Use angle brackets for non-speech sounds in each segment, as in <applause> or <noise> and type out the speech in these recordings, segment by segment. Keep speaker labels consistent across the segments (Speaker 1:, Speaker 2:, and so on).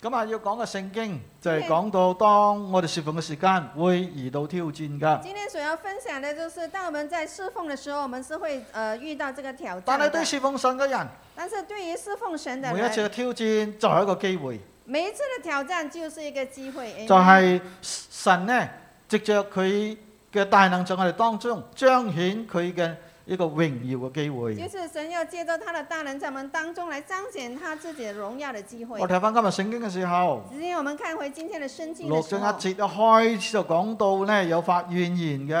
Speaker 1: 咁啊，要講嘅聖經就係講到當我哋侍奉嘅時間會遇到挑戰 <laughs> 㗎。
Speaker 2: 今天所要分享的就是，当我们在侍奉的时候，我们是会呃遇到这个挑战
Speaker 1: 但
Speaker 2: 的。
Speaker 1: 係對侍奉神嘅人，
Speaker 2: 但是對於侍奉神的
Speaker 1: 每一次嘅
Speaker 2: 人，
Speaker 1: 挑戰就係一個機會，
Speaker 2: 每一次的挑戰就是一個機會。
Speaker 1: 就係神呢，藉着佢嘅大能在我哋當中彰顯佢嘅一個榮耀嘅機
Speaker 2: 就
Speaker 1: 會。
Speaker 2: 是神要借着他的大人在我們當中來彰顯他自己的榮耀的機会
Speaker 1: 我。睇翻今日聖經嘅時候，
Speaker 2: 今天我們看回今天的聖經
Speaker 1: 六
Speaker 2: 的
Speaker 1: 章
Speaker 2: 時
Speaker 1: 一節
Speaker 2: 候，
Speaker 1: 一開始就講到呢，有發怨言嘅。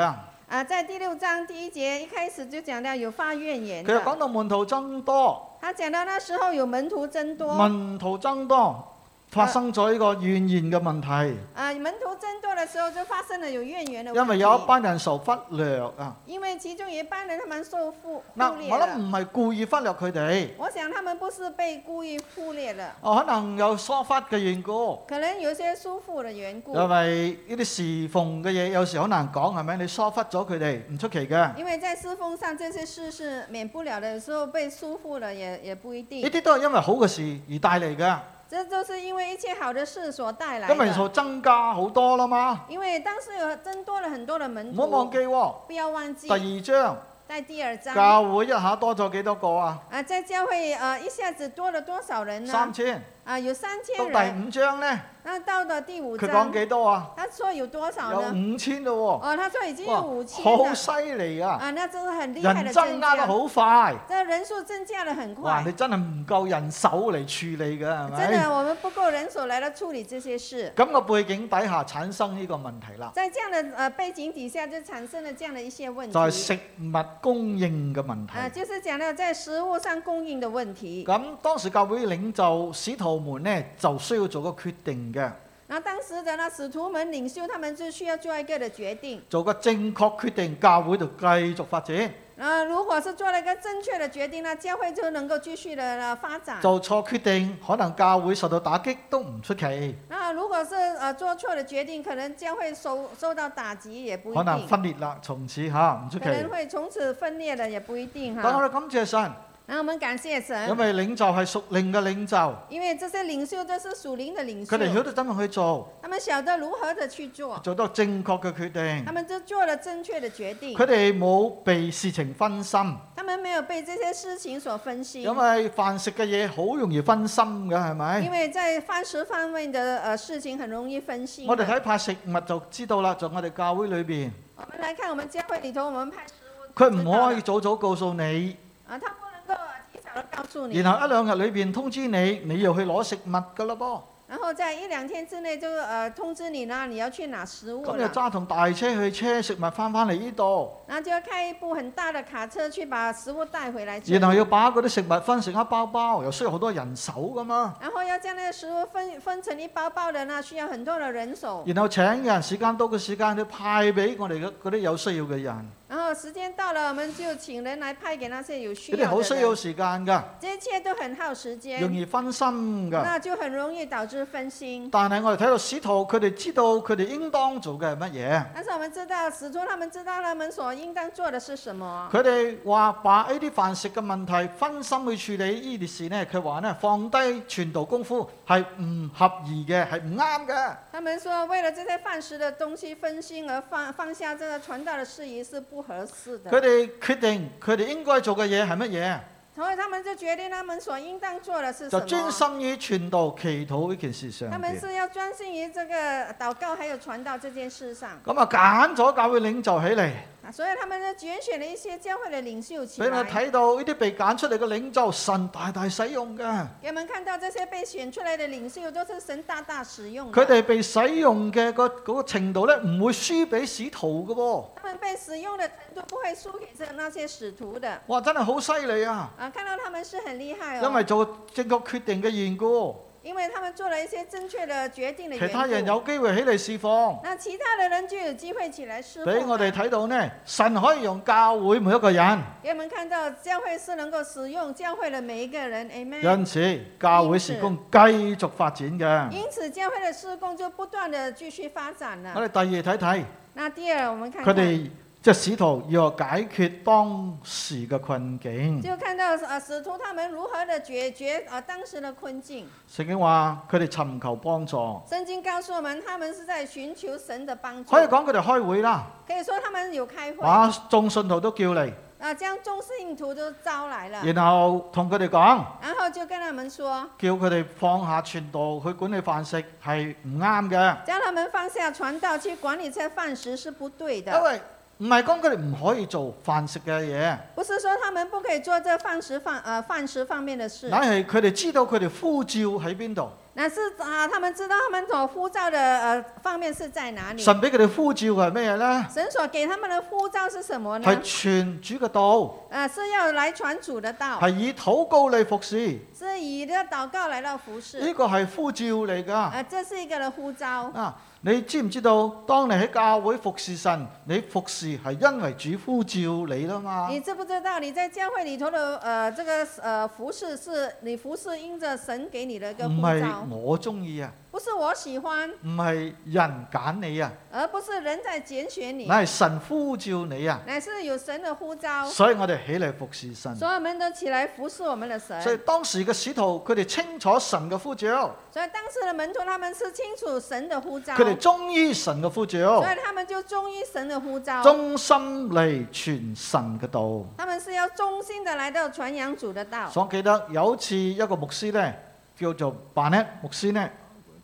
Speaker 2: 啊，在第六章第一節一開始就講到有發怨言
Speaker 1: 佢又講
Speaker 2: 的，
Speaker 1: 到門徒增多，
Speaker 2: 他講到那時候有門徒增多，
Speaker 1: 門徒增多發生咗呢個怨言嘅問題。
Speaker 2: 啊，門徒增多的時候就發生了有怨言的
Speaker 1: 因為有
Speaker 2: 問
Speaker 1: 一
Speaker 2: 題，
Speaker 1: 班人受忽略啊。
Speaker 2: 因為其中有一班人他們受忽
Speaker 1: 嗱，
Speaker 2: 忽略
Speaker 1: 我諗
Speaker 2: 了，
Speaker 1: 唔係故意忽略佢哋，
Speaker 2: 我想他們不是被故意忽略了，
Speaker 1: 哦，可能有疏忽嘅緣故。
Speaker 2: 可能有些疏忽的緣故，
Speaker 1: 因為呢啲侍奉嘅嘢有時好難講，係咪？你疏忽咗佢哋唔出奇嘅。呢
Speaker 2: 因為在侍奉上這些事是免不了的，有時候被疏忽了也也不一定，
Speaker 1: 啲都係因為好嘅事而帶嚟嘅。
Speaker 2: 這就是因為一切好的事所帶來
Speaker 1: 咁人
Speaker 2: 的。
Speaker 1: 數增加好多啦嘛，
Speaker 2: 因為當時有增多了很多的門
Speaker 1: 唔好忘
Speaker 2: 徒，
Speaker 1: 記喎。
Speaker 2: 不要忘記
Speaker 1: 第二章
Speaker 2: 在第二章。
Speaker 1: 教會一下多咗幾多個啊？
Speaker 2: 啊，在教会呃一下子多了多少人
Speaker 1: 三
Speaker 2: 呢？
Speaker 1: 千。
Speaker 2: 啊，有三
Speaker 1: 到
Speaker 2: 千人。
Speaker 1: 第五章呢，
Speaker 2: 那到了第五
Speaker 1: 佢講
Speaker 2: 章，
Speaker 1: 幾多啊？
Speaker 2: 他说有多少
Speaker 1: 有
Speaker 2: 呢？
Speaker 1: 五千咯
Speaker 2: 哦，他说已
Speaker 1: 喎，
Speaker 2: 经有五千
Speaker 1: 哇，好
Speaker 2: 了。
Speaker 1: 犀利啊！
Speaker 2: 啊，那真是很厉害
Speaker 1: 人
Speaker 2: 的
Speaker 1: 增
Speaker 2: 增
Speaker 1: 加得
Speaker 2: 加。
Speaker 1: 好快。
Speaker 2: 这人数增加的很
Speaker 1: 哇！
Speaker 2: 快
Speaker 1: 你，啊哎真係唔夠人手嚟處理嘅係
Speaker 2: 真的，
Speaker 1: 咪？
Speaker 2: 我们不够人手来了处理这些事。
Speaker 1: 咁個背景底下產生呢個問題啦，
Speaker 2: 在这樣的呃背景底下，就產生了這樣的一些問
Speaker 1: 就係
Speaker 2: 題。
Speaker 1: 食物供應嘅問
Speaker 2: 啊，
Speaker 1: 題。
Speaker 2: 就是講到在食物上供應的問題。
Speaker 1: 咁當時教會領袖使徒們呢，就需要做個決定嘅，
Speaker 2: 那当時的那使徒們領袖，他們就需要做一個的決定。
Speaker 1: 做個正確決定，教會就繼續發展；
Speaker 2: 那如果是做了一個正確的決定，那教會就能夠繼續的呃發展。
Speaker 1: 做錯決定，可能教會受到打擊都唔出奇，
Speaker 2: 那如果是呃做錯了決定，可能教會受受到打擊也不一
Speaker 1: 可能
Speaker 2: 定，
Speaker 1: 分裂啦，從此嚇唔出
Speaker 2: 可能
Speaker 1: 奇。
Speaker 2: 會從此分裂了也不一定
Speaker 1: 但我
Speaker 2: 哈。
Speaker 1: 哋感謝神，
Speaker 2: 那我們感謝
Speaker 1: 因
Speaker 2: 神，
Speaker 1: 為領袖係屬靈嘅領袖，
Speaker 2: 因為這些領袖都是屬靈的領
Speaker 1: 佢哋曉
Speaker 2: 袖，
Speaker 1: 得怎樣去做，
Speaker 2: 他們曉得如何的去做，
Speaker 1: 做到正確嘅決定
Speaker 2: 他。們就做了正確的決定
Speaker 1: 佢，哋冇被事情分心，
Speaker 2: 他們沒有被這些事情所分心，
Speaker 1: 因為飯食嘅嘢好容易分心嘅，係咪？
Speaker 2: 因為在飯食方面的呃事情很容易分心的。
Speaker 1: 我哋睇派食物就知道啦，在我哋教會裏邊，
Speaker 2: 我們來看我們教會裏頭，我們派食物就
Speaker 1: 佢
Speaker 2: 知
Speaker 1: 唔
Speaker 2: 道
Speaker 1: 可以
Speaker 2: 了
Speaker 1: 早早告訴你，
Speaker 2: 啊，他不能夠提早的告訴你，
Speaker 1: 然後啊一兩日裏邊通知你，你又去攞食物㗎啦噃。
Speaker 2: 然後在一兩天之內就呃通知你呢，你要去拿食物
Speaker 1: 咁就
Speaker 2: 了，
Speaker 1: 揸同大車去車食物翻返嚟呢度，
Speaker 2: 那就要開一部很大的卡車去把食物帶回來吃，
Speaker 1: 然後要把嗰啲食物分成一包包，又需要好多人手㗎嘛。
Speaker 2: 然後要將那個食物分分成一包包的呢，需要很多的人手，
Speaker 1: 然後請人時間多嘅時間去派俾我哋嘅嗰啲有需要嘅人，
Speaker 2: 然後時間到了，我們就請人來派給那些有需
Speaker 1: 佢哋
Speaker 2: 要
Speaker 1: 好
Speaker 2: 的
Speaker 1: 需要
Speaker 2: 人，
Speaker 1: 時間㗎，
Speaker 2: 這一切都很耗時
Speaker 1: 容
Speaker 2: 間，
Speaker 1: 易啊分心㗎。
Speaker 2: 那就很容易導致分心。
Speaker 1: 但係我哋睇到使徒，佢哋知道佢哋應當做嘅係乜嘢。
Speaker 2: 但是我們知道，使徒他們知道他們所應當做的是什麼。
Speaker 1: 佢哋話把呢啲飯食嘅問題分心去處理呢啲事呢，佢話呢，放低傳道功夫係唔合宜嘅，係唔啱嘅。
Speaker 2: 他們說，為了這些飯食的東西分心而放放下这个传道的事宜是不合适
Speaker 1: 佢
Speaker 2: 的。
Speaker 1: 哋決定佢哋應該做嘅嘢係乜
Speaker 2: 所以他們就決定他們所應當做的是
Speaker 1: 嘢，
Speaker 2: 什
Speaker 1: 就專
Speaker 2: 麼。
Speaker 1: 心於傳道祈禱呢件事上
Speaker 2: 他們
Speaker 1: 邊。
Speaker 2: 是要專心於這個祷告還有傳道這件事上
Speaker 1: 咁啊，揀咗教會領袖起嚟，
Speaker 2: 啊，所以他們就揀選了一些教會的領袖起
Speaker 1: 俾我
Speaker 2: 來，
Speaker 1: 睇到呢啲被揀出嚟嘅領袖，神大大使用嘅。
Speaker 2: 給我們看到這些被選出來的領袖都是神大大使用
Speaker 1: 佢哋
Speaker 2: 的。
Speaker 1: 被使用嘅個嗰個程度呢，唔會輸俾使徒嘅喎。
Speaker 2: 他們被使用的程度不會輸給這那些使徒的
Speaker 1: 哇！真係好犀利啊，
Speaker 2: 啊，看到他們是很厲害
Speaker 1: 因
Speaker 2: 哦，
Speaker 1: 為做正確決定嘅緣故，
Speaker 2: 因為他們做了一些正確的決定的
Speaker 1: 其他人
Speaker 2: 緣故。
Speaker 1: 有機會起嚟侍奉，
Speaker 2: 那其他的人就有機會起來侍奉
Speaker 1: 俾
Speaker 2: 了。
Speaker 1: 我哋睇到呢，神可以用教會每一個人，
Speaker 2: 给我們看到教會是能夠使用教會的每一個人，amen。
Speaker 1: 因此教會事工繼續發展嘅。
Speaker 2: 因此，教會的事工就不斷的繼續發展
Speaker 1: 我
Speaker 2: 了。
Speaker 1: 哋第二睇睇
Speaker 2: 那第二，我們看
Speaker 1: 佢
Speaker 2: 看
Speaker 1: 哋即即係使徒要解決當時嘅困境。
Speaker 2: 就看到啊使徒他们如何的解决啊当时的困境。
Speaker 1: 聖經話佢哋尋求幫助，
Speaker 2: 圣经告诉我们，他们是在寻求神的帮助
Speaker 1: 可，以講佢哋開會啦。
Speaker 2: 可以说他们有开会
Speaker 1: 把眾信徒都叫嚟，
Speaker 2: 啊，将众信徒都招来了，
Speaker 1: 然後同佢哋講，
Speaker 2: 然后就跟他们说，
Speaker 1: 叫佢哋放下傳道去管理飯食係唔啱嘅。
Speaker 2: 叫他们放下传道去管理这饭食是不对
Speaker 1: 因
Speaker 2: 的，
Speaker 1: 為唔係講佢哋唔可以做飯食嘅嘢，
Speaker 2: 不是说他们不可以做这饭食方呃饭食方面的事，
Speaker 1: 乃係佢哋知道佢哋呼召喺邊度，
Speaker 2: 那是啊他们知道他们所呼召的呃方面是在哪里，
Speaker 1: 神俾佢哋呼召嘅係咩嘢呢？
Speaker 2: 神所给他们的呼召是什么呢？
Speaker 1: 係傳主嘅道，
Speaker 2: 呃，是要来传主的道，
Speaker 1: 係以禱告嚟服侍，
Speaker 2: 是以的祷告来到服
Speaker 1: 呢
Speaker 2: 侍，
Speaker 1: 個係呼召嚟㗎。
Speaker 2: 呃，这是一个的呼召。
Speaker 1: 啊，你知唔知道？當你喺教會服侍神，你服侍係因為主呼召你啦嘛。
Speaker 2: 你知不知道你在教会里头的呃这个呃服饰是你服饰因着神给你的一个
Speaker 1: 唔
Speaker 2: 呼召
Speaker 1: 係，我中意啊，
Speaker 2: 不是我喜欢，
Speaker 1: 唔係人揀你啊，
Speaker 2: 而不是人在拣选你，
Speaker 1: 乃係神呼召你啊。
Speaker 2: 乃是有神的呼召，
Speaker 1: 所以我哋起嚟服侍神。
Speaker 2: 所以我们都起来服侍我们的神。
Speaker 1: 所以當時嘅使徒，佢哋清楚神嘅呼召，
Speaker 2: 所以当时的门徒他们是清楚神的呼召，
Speaker 1: 佢哋
Speaker 2: 所
Speaker 1: 忠於神嘅呼召，
Speaker 2: 以他们就忠于神的呼召，
Speaker 1: 忠心嚟傳神嘅道。
Speaker 2: 他们是要忠心的来到传扬主的道。
Speaker 1: 所以我記得有一次一個牧師咧，叫做巴叻牧師咧，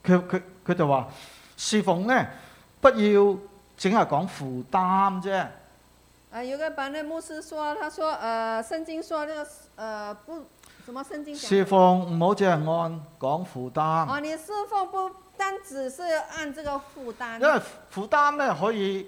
Speaker 1: 佢佢佢就話侍奉咧，不要淨係講負擔啫，
Speaker 2: 呃，有个版的牧师说，他说呃圣经说这个呃不什么圣经讲的
Speaker 1: 侍奉唔好淨係按講負擔，
Speaker 2: 哦，你侍奉不单只是按这个负担
Speaker 1: 因，為負擔咧可以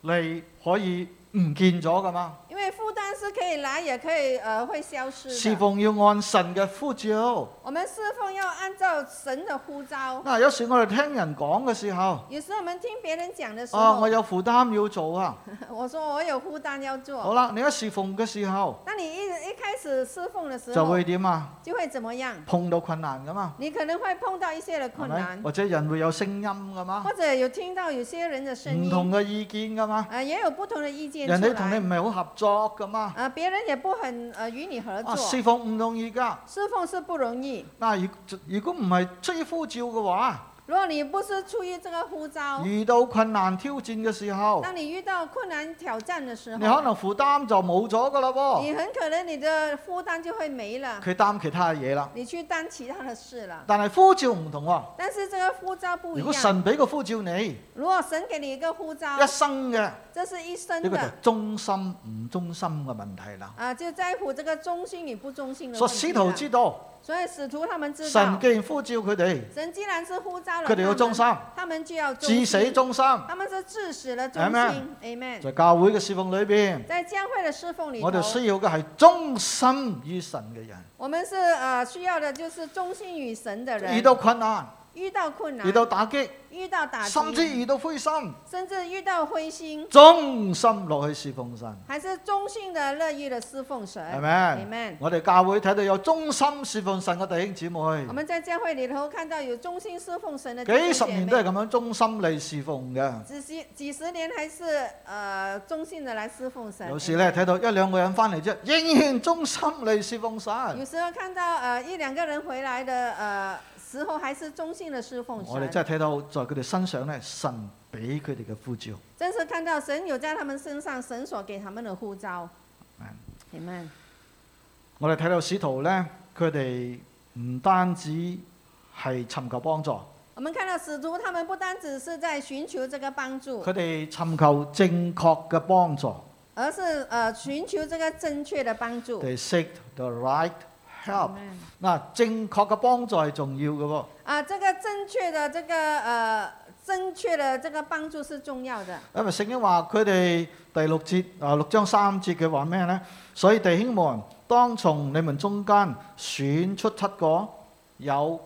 Speaker 1: 你可以唔見咗噶嘛。
Speaker 2: 因为负担是可以来，也可以呃会消失
Speaker 1: 侍
Speaker 2: 的。
Speaker 1: 奉要按神嘅呼召。
Speaker 2: 我们侍奉要按照神的呼召。
Speaker 1: 嗱，有時我哋聽人講嘅時候，
Speaker 2: 有时我们听别人講的時
Speaker 1: 啊，
Speaker 2: 候
Speaker 1: 我，有負擔要做啊。
Speaker 2: 我說我有負擔要
Speaker 1: 好
Speaker 2: 做。
Speaker 1: 啦，你一侍奉嘅時候
Speaker 2: 那你一一開始侍奉的時
Speaker 1: 就
Speaker 2: 候，
Speaker 1: 會點啊？
Speaker 2: 就會怎麼樣？
Speaker 1: 碰到困難噶嘛，
Speaker 2: 你可能會碰到一些的
Speaker 1: 係
Speaker 2: 困
Speaker 1: 咪？
Speaker 2: 難，
Speaker 1: 或者人會有聲音噶嘛
Speaker 2: 或，者有聽到有些人的聲
Speaker 1: 唔
Speaker 2: 音，
Speaker 1: 同嘅意見噶嘛，
Speaker 2: 呃，也有不同的意見
Speaker 1: 人
Speaker 2: 出
Speaker 1: 哋同你
Speaker 2: 來。
Speaker 1: 唔係好合作噶嘛。
Speaker 2: 呃，別人也不很呃與你合
Speaker 1: 啊，
Speaker 2: 作。
Speaker 1: 侍奉唔容易噶。
Speaker 2: 侍奉是不容易，
Speaker 1: 嗱，如如果唔係出於呼召嘅話，
Speaker 2: 如果你不是出於這個呼召，
Speaker 1: 遇到困難挑戰嘅時候，
Speaker 2: 当你遇到困难挑战的时
Speaker 1: 你
Speaker 2: 候，
Speaker 1: 可能負擔就冇咗噶啦噃。
Speaker 2: 你很可能你的负担就会没了，
Speaker 1: 佢擔其他嘢啦，
Speaker 2: 你去担其他的事了。
Speaker 1: 但係呼召唔同喎。
Speaker 2: 但是这个呼召不一
Speaker 1: 如果
Speaker 2: 样，
Speaker 1: 神俾個呼召你，
Speaker 2: 如果神给你一个呼召，
Speaker 1: 一生嘅呢、
Speaker 2: 这是一生
Speaker 1: 個就
Speaker 2: 的
Speaker 1: 係忠心唔忠心嘅問題啦。
Speaker 2: 啊，就在乎这个忠心与不忠心的
Speaker 1: 所
Speaker 2: 问
Speaker 1: 以
Speaker 2: 题
Speaker 1: 使
Speaker 2: 了
Speaker 1: 徒知道，
Speaker 2: 所以使徒他们知
Speaker 1: 神
Speaker 2: 道，
Speaker 1: 既然呼召佢哋，
Speaker 2: 神既然是呼召了
Speaker 1: 佢
Speaker 2: 他
Speaker 1: 哋要忠
Speaker 2: 们，
Speaker 1: 心，
Speaker 2: 他们就要忠
Speaker 1: 至死
Speaker 2: 心，嗯
Speaker 1: 忠心。
Speaker 2: 他们是致死的忠心。
Speaker 1: Amen
Speaker 2: Amen。
Speaker 1: 在教會嘅侍奉裏邊，
Speaker 2: 在教会的侍奉里
Speaker 1: 我哋
Speaker 2: 头，
Speaker 1: 需要嘅係忠心於神嘅人。
Speaker 2: 我们是呃需要的就是忠心与神的
Speaker 1: 遇
Speaker 2: 人。
Speaker 1: 到困難，
Speaker 2: 遇到困难
Speaker 1: 遇，到打擊，
Speaker 2: 遇到打
Speaker 1: 甚至
Speaker 2: 击，嗯
Speaker 1: 遇到灰心，
Speaker 2: 甚至遇到灰心，
Speaker 1: 忠心落去侍奉神，
Speaker 2: 还是忠心的、乐意的侍奉神。
Speaker 1: 係咪？
Speaker 2: Amen
Speaker 1: 我哋教會睇到有忠心侍奉神嘅弟兄姊
Speaker 2: 我
Speaker 1: 妹，
Speaker 2: 们在教会里头看到有忠心侍奉神的弟兄
Speaker 1: 幾十
Speaker 2: 姐妹
Speaker 1: 年都係咁樣忠心嚟侍奉嘅。
Speaker 2: 几十几十年还是呃忠心的来侍奉神。
Speaker 1: 有時咧
Speaker 2: Amen
Speaker 1: 睇到一兩個人翻嚟啫，仍然忠心嚟侍奉神。
Speaker 2: 有时候看到呃一两个人回来的呃时候，还是忠心的侍奉
Speaker 1: 我哋
Speaker 2: 神。
Speaker 1: 真係睇到在佢哋身上咧，神俾佢哋嘅呼召。
Speaker 2: 真是看到神有在他们身上，神所给他们的呼召。Amen。
Speaker 1: 我哋睇到使徒咧，佢哋唔單止係尋求幫助，
Speaker 2: 我们看到使徒他们不单只是在寻求这个帮助，
Speaker 1: 佢哋尋求正確嘅幫助。
Speaker 2: 而是呃寻求这个正确的帮助。
Speaker 1: They seek the right help。
Speaker 2: Amen
Speaker 1: 嗱，正確嘅幫助係重要嘅喎。
Speaker 2: 啊，这个正确的这个呃正确的这个幫助是重要的。
Speaker 1: 因為聖經話佢哋第六節啊六章三節嘅話咩呢？所以弟兄們，當從你們中間選出七個有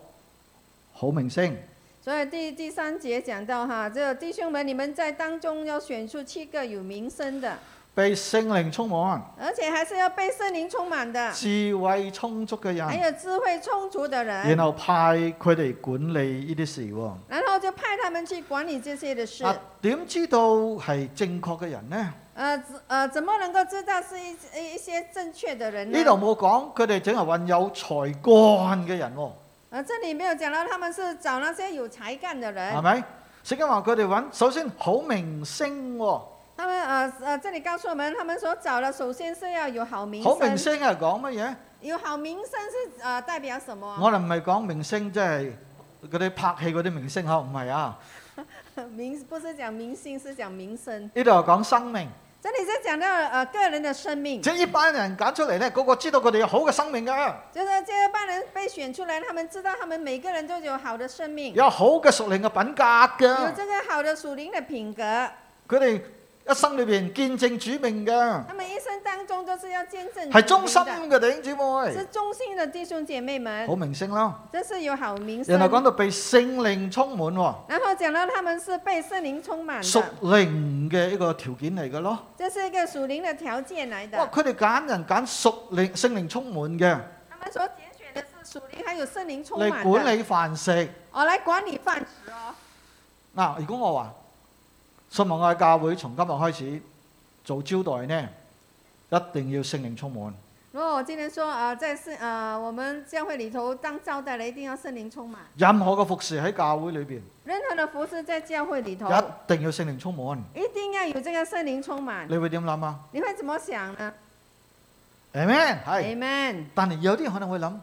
Speaker 1: 好名聲，
Speaker 2: 所以第第三节讲到哈，这弟兄们，你们在当中要选出七个有名声的，
Speaker 1: 被聖靈充滿、
Speaker 2: 而且还是要被圣灵充满的，
Speaker 1: 智慧充足嘅
Speaker 2: 还
Speaker 1: 人，
Speaker 2: 有智慧充足的
Speaker 1: 然
Speaker 2: 人，
Speaker 1: 後派佢哋管理呢啲事喎。
Speaker 2: 然后就派他们去管理这些的事
Speaker 1: 啊。，點知道係正確嘅人呢？
Speaker 2: 啊、呃，怎呃，怎么能够知道是一一一些正确的人呢？
Speaker 1: 呢度冇講佢哋淨係揾有才幹嘅人喎，
Speaker 2: 呃，这里没有讲到他们是找那些有才干的人
Speaker 1: 係，咪？聖經話佢哋揾首先好明星喎，
Speaker 2: 他们呃呃，这里告诉我们，他们所找的首先是要有好名
Speaker 1: 好明
Speaker 2: 声，
Speaker 1: 星係講乜嘢？
Speaker 2: 有好名声是呃代表什么 <laughs> 啊？
Speaker 1: 我哋唔係講明星，即係嗰啲拍戲嗰啲明星嗬，唔係啊。
Speaker 2: 明不是讲明星，是讲名声。
Speaker 1: 呢度係講生命，
Speaker 2: 这里是讲到呃个人的生命，
Speaker 1: 即係呢班人揀出嚟咧，個個知道佢哋有好嘅生命嘅，
Speaker 2: 就是这帮人被选出来，他们知道他们每个人都有好的生命，
Speaker 1: 有好嘅屬靈嘅品格
Speaker 2: 有
Speaker 1: 嘅，
Speaker 2: 这个好的属灵的品格。
Speaker 1: 佢哋一生裏邊見證主命嘅，
Speaker 2: 他们一生当中都是要见证
Speaker 1: 係忠心
Speaker 2: 主的
Speaker 1: 嘅弟兄姊妹
Speaker 2: 是，忠心的弟兄姐妹
Speaker 1: 好
Speaker 2: 们，
Speaker 1: 明星啦。
Speaker 2: 这是有好名声
Speaker 1: 然。後講到被聖靈充滿喎。
Speaker 2: 然后讲到他们是被圣灵充满
Speaker 1: 屬
Speaker 2: 的，
Speaker 1: 靈嘅一個條件嚟嘅咯。
Speaker 2: 这是一个属灵的条件来
Speaker 1: 哇！
Speaker 2: 的。
Speaker 1: 佢哋揀人揀屬靈聖靈充滿嘅
Speaker 2: 他们所拣选的是属灵还有圣灵充
Speaker 1: 嚟
Speaker 2: 满
Speaker 1: 管
Speaker 2: 的，
Speaker 1: 理飯食。
Speaker 2: 哦，来管理饭食哦。
Speaker 1: 嗱，如果我話信望愛教會從今日開始做招待呢，一定要聖靈充滿。
Speaker 2: 如果我今天说啊、呃在圣啊、我们教会里头当招待的，一定要圣灵充满。
Speaker 1: 任何嘅服侍喺教會裏邊，
Speaker 2: 任何的服饰在教会里头，
Speaker 1: 一定要聖靈充滿。
Speaker 2: 一定要有这个圣灵充满。
Speaker 1: 你會點諗啊
Speaker 2: 你会怎么想呢
Speaker 1: ？Amen，係。
Speaker 2: ？Amen。
Speaker 1: 但係有啲人可能會諗，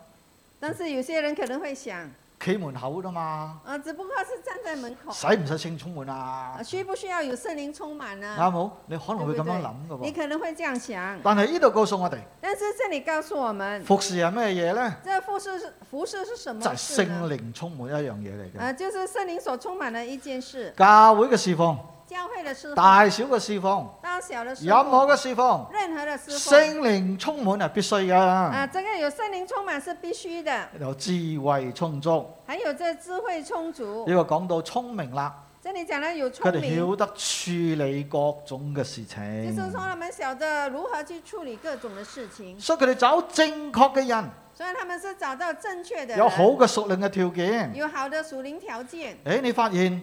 Speaker 2: 但是有些人可能会想，
Speaker 1: 企門口啫嘛，
Speaker 2: 啊、只不过是站在门口，
Speaker 1: 使唔使聖靈充滿啊
Speaker 2: 啊，？需不需要有圣灵充满呢？
Speaker 1: 啱冇？你可能會咁樣諗
Speaker 2: 啊
Speaker 1: 嘅
Speaker 2: 你
Speaker 1: 喎。
Speaker 2: 可能会这样想，
Speaker 1: 但係呢度告訴我哋，
Speaker 2: 但是这里告诉我们，
Speaker 1: 服侍係咩嘢呢？
Speaker 2: 这服饰是服饰是什
Speaker 1: 就
Speaker 2: 么
Speaker 1: 係
Speaker 2: 事
Speaker 1: 聖
Speaker 2: 呢？
Speaker 1: 靈充滿一樣嘢嚟嘅。
Speaker 2: 呃，就是圣灵所充满的一件事，
Speaker 1: 教會嘅侍奉、
Speaker 2: 教会的侍奉、
Speaker 1: 大小嘅侍奉、
Speaker 2: 嗯大小的侍
Speaker 1: 任何
Speaker 2: 奉、
Speaker 1: 嘅侍奉，
Speaker 2: 任何的侍奉，
Speaker 1: 聖靈充滿係必須
Speaker 2: 啊、
Speaker 1: 嘅，
Speaker 2: 这个有圣灵充满是必须的，
Speaker 1: 有智慧充足。
Speaker 2: 还有这智慧充足
Speaker 1: 呢。個講到聰明啦，
Speaker 2: 这里讲的
Speaker 1: 佢
Speaker 2: 有聪
Speaker 1: 哋
Speaker 2: 明，
Speaker 1: 曉得處理各種嘅事
Speaker 2: 就是说
Speaker 1: 情，
Speaker 2: 他们晓得如何去处理各种的事情，
Speaker 1: 所以佢哋找正確嘅人，
Speaker 2: 所以他们是找到正确的人
Speaker 1: 有好嘅屬靈嘅條件。
Speaker 2: 有好的属灵条件。
Speaker 1: 誒，你發現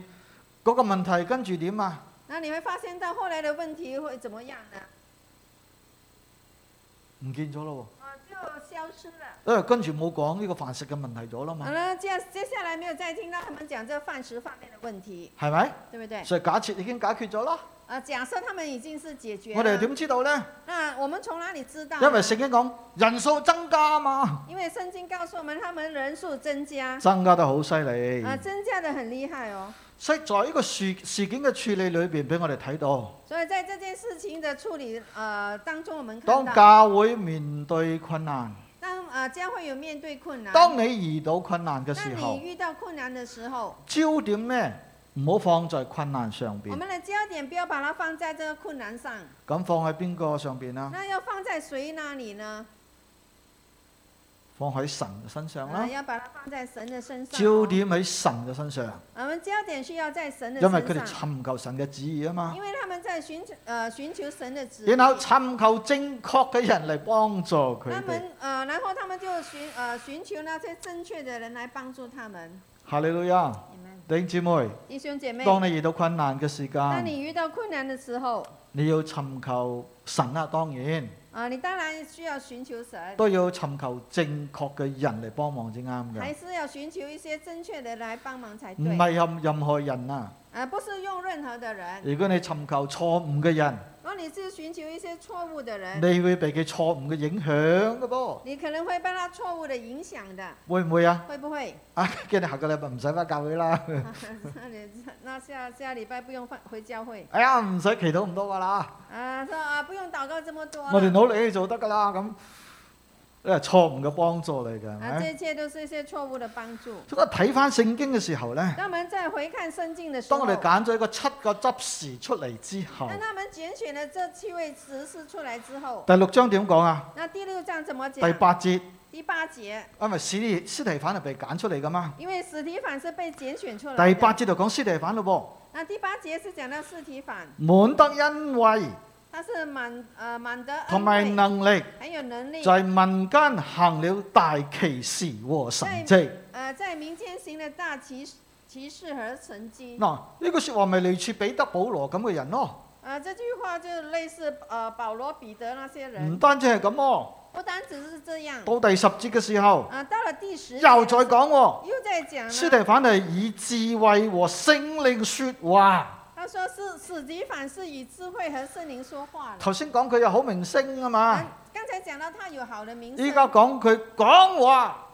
Speaker 1: 嗰個問題跟住點啊？
Speaker 2: 那你会发现到后来的问题会怎么样呢？
Speaker 1: 唔見咗咯
Speaker 2: 啊，就消失了。
Speaker 1: 喎，因為跟住冇講呢個飯食嘅問題咗啦
Speaker 2: 好
Speaker 1: 嘛，
Speaker 2: 了，接接下来没有再听到他们讲这饭食方面的问题，
Speaker 1: 係咪？
Speaker 2: 对不对？
Speaker 1: 所以假設已經解決咗啦，
Speaker 2: 啊，假设他们已经是解决
Speaker 1: 我哋
Speaker 2: 了，
Speaker 1: 點知道呢？
Speaker 2: 那我们从哪里知道呢？
Speaker 1: 因為聖經講人數增加嘛，
Speaker 2: 因为圣经告诉我们，他们人数增加，
Speaker 1: 增加得好犀利。
Speaker 2: 啊，增加的很厉害哦。
Speaker 1: 所以在呢個事事件嘅處理裏邊，俾我哋睇到，
Speaker 2: 所以在这件事情的处理呃当中，我们看
Speaker 1: 當
Speaker 2: 到，
Speaker 1: 教會面對困難，
Speaker 2: 当呃将会有面对困难，
Speaker 1: 當你遇到困難嘅
Speaker 2: 嗯那
Speaker 1: 時
Speaker 2: 你
Speaker 1: 候，
Speaker 2: 遇到困难的时候，
Speaker 1: 焦點呢唔好放在困難上
Speaker 2: 我
Speaker 1: 邊，
Speaker 2: 们的焦点不要把它放在这个困难上，
Speaker 1: 咁放喺邊個上邊啊？
Speaker 2: 那要放在谁那里呢？
Speaker 1: 放喺神嘅身上
Speaker 2: 啊，
Speaker 1: 啦，
Speaker 2: 要把它放在神啊的身上哦。
Speaker 1: 焦點喺神嘅身上，
Speaker 2: 我们焦点需要在神的
Speaker 1: 因為佢
Speaker 2: 身
Speaker 1: 哋
Speaker 2: 上，
Speaker 1: 尋求神嘅旨意啊嘛
Speaker 2: 因。为他们在寻求呃寻求神的旨意，
Speaker 1: 然後尋求正確嘅人嚟幫助佢
Speaker 2: 他
Speaker 1: 哋。
Speaker 2: 们呃，然后他们就寻呃寻求那些正确的人来帮助他们。
Speaker 1: 哈利路亞，
Speaker 2: 你
Speaker 1: 弟兄姊妹。
Speaker 2: 弟兄姐妹，
Speaker 1: 當你遇到困難嘅時
Speaker 2: 当
Speaker 1: 間，
Speaker 2: 你遇到困难的时候，
Speaker 1: 你要尋求神啊，當然
Speaker 2: 啊、你当然需要寻求神，
Speaker 1: 都要尋求正確嘅人嚟幫忙先啱
Speaker 2: 还
Speaker 1: 嘅，
Speaker 2: 是要寻求一些正确的来帮忙才
Speaker 1: 唔
Speaker 2: 对。啊、呃
Speaker 1: 係任任何人啊。
Speaker 2: 不是用任何的人，
Speaker 1: 如果你尋求錯誤嘅人，
Speaker 2: 如果你是尋求一些错误的人，
Speaker 1: 你會被佢錯誤嘅影響嘅噃，
Speaker 2: 你可能会被他错误的影响的，
Speaker 1: 會唔會啊？
Speaker 2: 会不 <laughs> 會？
Speaker 1: 啊，叫你下個禮拜唔使翻教會啦。 <laughs>
Speaker 2: 那你那下下礼拜不用回回教会
Speaker 1: 哎呀，唔使祈禱咁多噶啦，
Speaker 2: 啊？说啊，不用祷告这么多
Speaker 1: 我哋
Speaker 2: 了。
Speaker 1: 努力去做得噶啦。咁呢係錯誤嘅幫助嚟嘅，係
Speaker 2: 啊，
Speaker 1: 咪？
Speaker 2: 这一切都是一些錯誤的幫助。
Speaker 1: 所以我睇翻聖經嘅時候呢，
Speaker 2: 當我們在回看聖經的時
Speaker 1: 當
Speaker 2: 候
Speaker 1: 我，哋揀咗一個七個執事出嚟之後。
Speaker 2: 那他們揀選了這七位執事出來之後，
Speaker 1: 第六章點講啊？
Speaker 2: 那第六章怎么
Speaker 1: 第
Speaker 2: 講？
Speaker 1: 八節，
Speaker 2: 第八節，
Speaker 1: 因為史提斯提反係被揀出嚟噶嘛。
Speaker 2: 因為史提反是被揀選出來
Speaker 1: 第八
Speaker 2: 的。
Speaker 1: 節就講斯提反咯
Speaker 2: 那第八節是講到斯提反，
Speaker 1: 噃，滿得恩惠
Speaker 2: 他是滿呃滿得
Speaker 1: 同
Speaker 2: 恩
Speaker 1: 埋
Speaker 2: 惠，
Speaker 1: 能力，
Speaker 2: 很有能力，
Speaker 1: 在民間行了大奇事和神蹟。
Speaker 2: 呃，在民間行的大奇奇事和神迹。
Speaker 1: 嗱，呢句説話咪類似彼得、保羅咁嘅人咯。
Speaker 2: 呃，这句话就类似呃保罗、彼得那些人，
Speaker 1: 唔單止係咁喎，
Speaker 2: 不单只是这样。
Speaker 1: 到第十節嘅時候
Speaker 2: 啊，到了第十
Speaker 1: 又
Speaker 2: 节
Speaker 1: 再講喎，
Speaker 2: 又在讲
Speaker 1: 斯
Speaker 2: 呢，
Speaker 1: 提反係以智慧和聖靈説話。
Speaker 2: 他说是死敌反是以智慧和圣灵说话的。
Speaker 1: 頭先講佢有好明星啊嘛，
Speaker 2: 啊，刚才讲到他有好的名
Speaker 1: 依
Speaker 2: 声，
Speaker 1: 家講佢講話，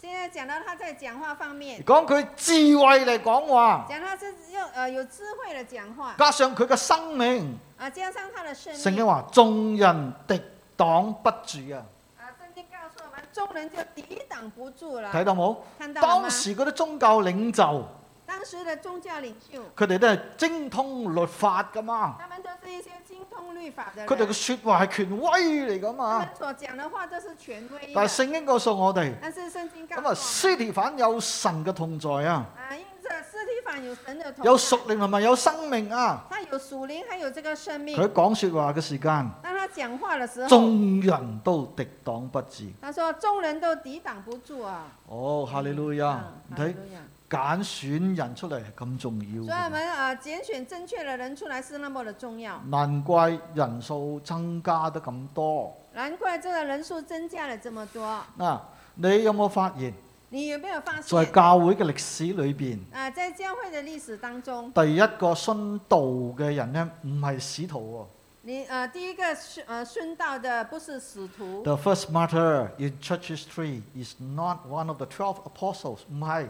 Speaker 2: 现在讲到他在讲话方面，
Speaker 1: 講佢智慧嚟講話，
Speaker 2: 讲他是用呃有智慧的讲话，
Speaker 1: 加上佢嘅生命，
Speaker 2: 啊，加上他的生
Speaker 1: 聖經
Speaker 2: 命，
Speaker 1: 話眾人敵擋不住啊，
Speaker 2: 啊，圣经告诉我们，众人就抵挡不住了。
Speaker 1: 睇到冇？
Speaker 2: 看到了
Speaker 1: 當
Speaker 2: 吗？
Speaker 1: 時嗰啲宗教領袖。
Speaker 2: 当时的宗教领袖，
Speaker 1: 佢哋都係精通律法噶嘛，
Speaker 2: 他们都是一些精通律法的
Speaker 1: 佢哋嘅
Speaker 2: 人，
Speaker 1: 説話係權威嚟噶
Speaker 2: 他
Speaker 1: 嘛。
Speaker 2: 们所講的話都是權威
Speaker 1: 但
Speaker 2: 的。
Speaker 1: 啊係聖經告訴我哋，
Speaker 2: 但是聖經告訴
Speaker 1: 咁啊，
Speaker 2: 我
Speaker 1: 斯提反有神嘅同在啊，
Speaker 2: 們，啊，因着斯提凡有神的同在
Speaker 1: 有屬靈同埋有生命啊。
Speaker 2: 他有屬靈，还有這個生命
Speaker 1: 佢。講説話嘅時間，
Speaker 2: 當他講話的
Speaker 1: 嗯
Speaker 2: 時候，
Speaker 1: 眾人都敵擋不住。
Speaker 2: 他說眾人都抵擋不住啊。
Speaker 1: 哦，哈利路亞！你睇
Speaker 2: 嗯
Speaker 1: 揀選人出嚟係咁重
Speaker 2: 所以
Speaker 1: 要
Speaker 2: 我
Speaker 1: 嘅，
Speaker 2: 們啊，揀選正確的人出來是那麼的重要，
Speaker 1: 難怪人數增加得咁多。
Speaker 2: 難怪這個人數增加了這麼多。
Speaker 1: 嗱、你有冇發現，
Speaker 2: 你有沒有發
Speaker 1: 在
Speaker 2: 現？
Speaker 1: 教會嘅歷史裏邊？
Speaker 2: 啊，在教會的歷史當中，
Speaker 1: 第一個殉道嘅人呢，唔係使徒
Speaker 2: 你呃第一個殉呃殉道的不是使
Speaker 1: 喎。。
Speaker 2: 徒
Speaker 1: The first martyr in church history is not one of the twelve apostles，唔係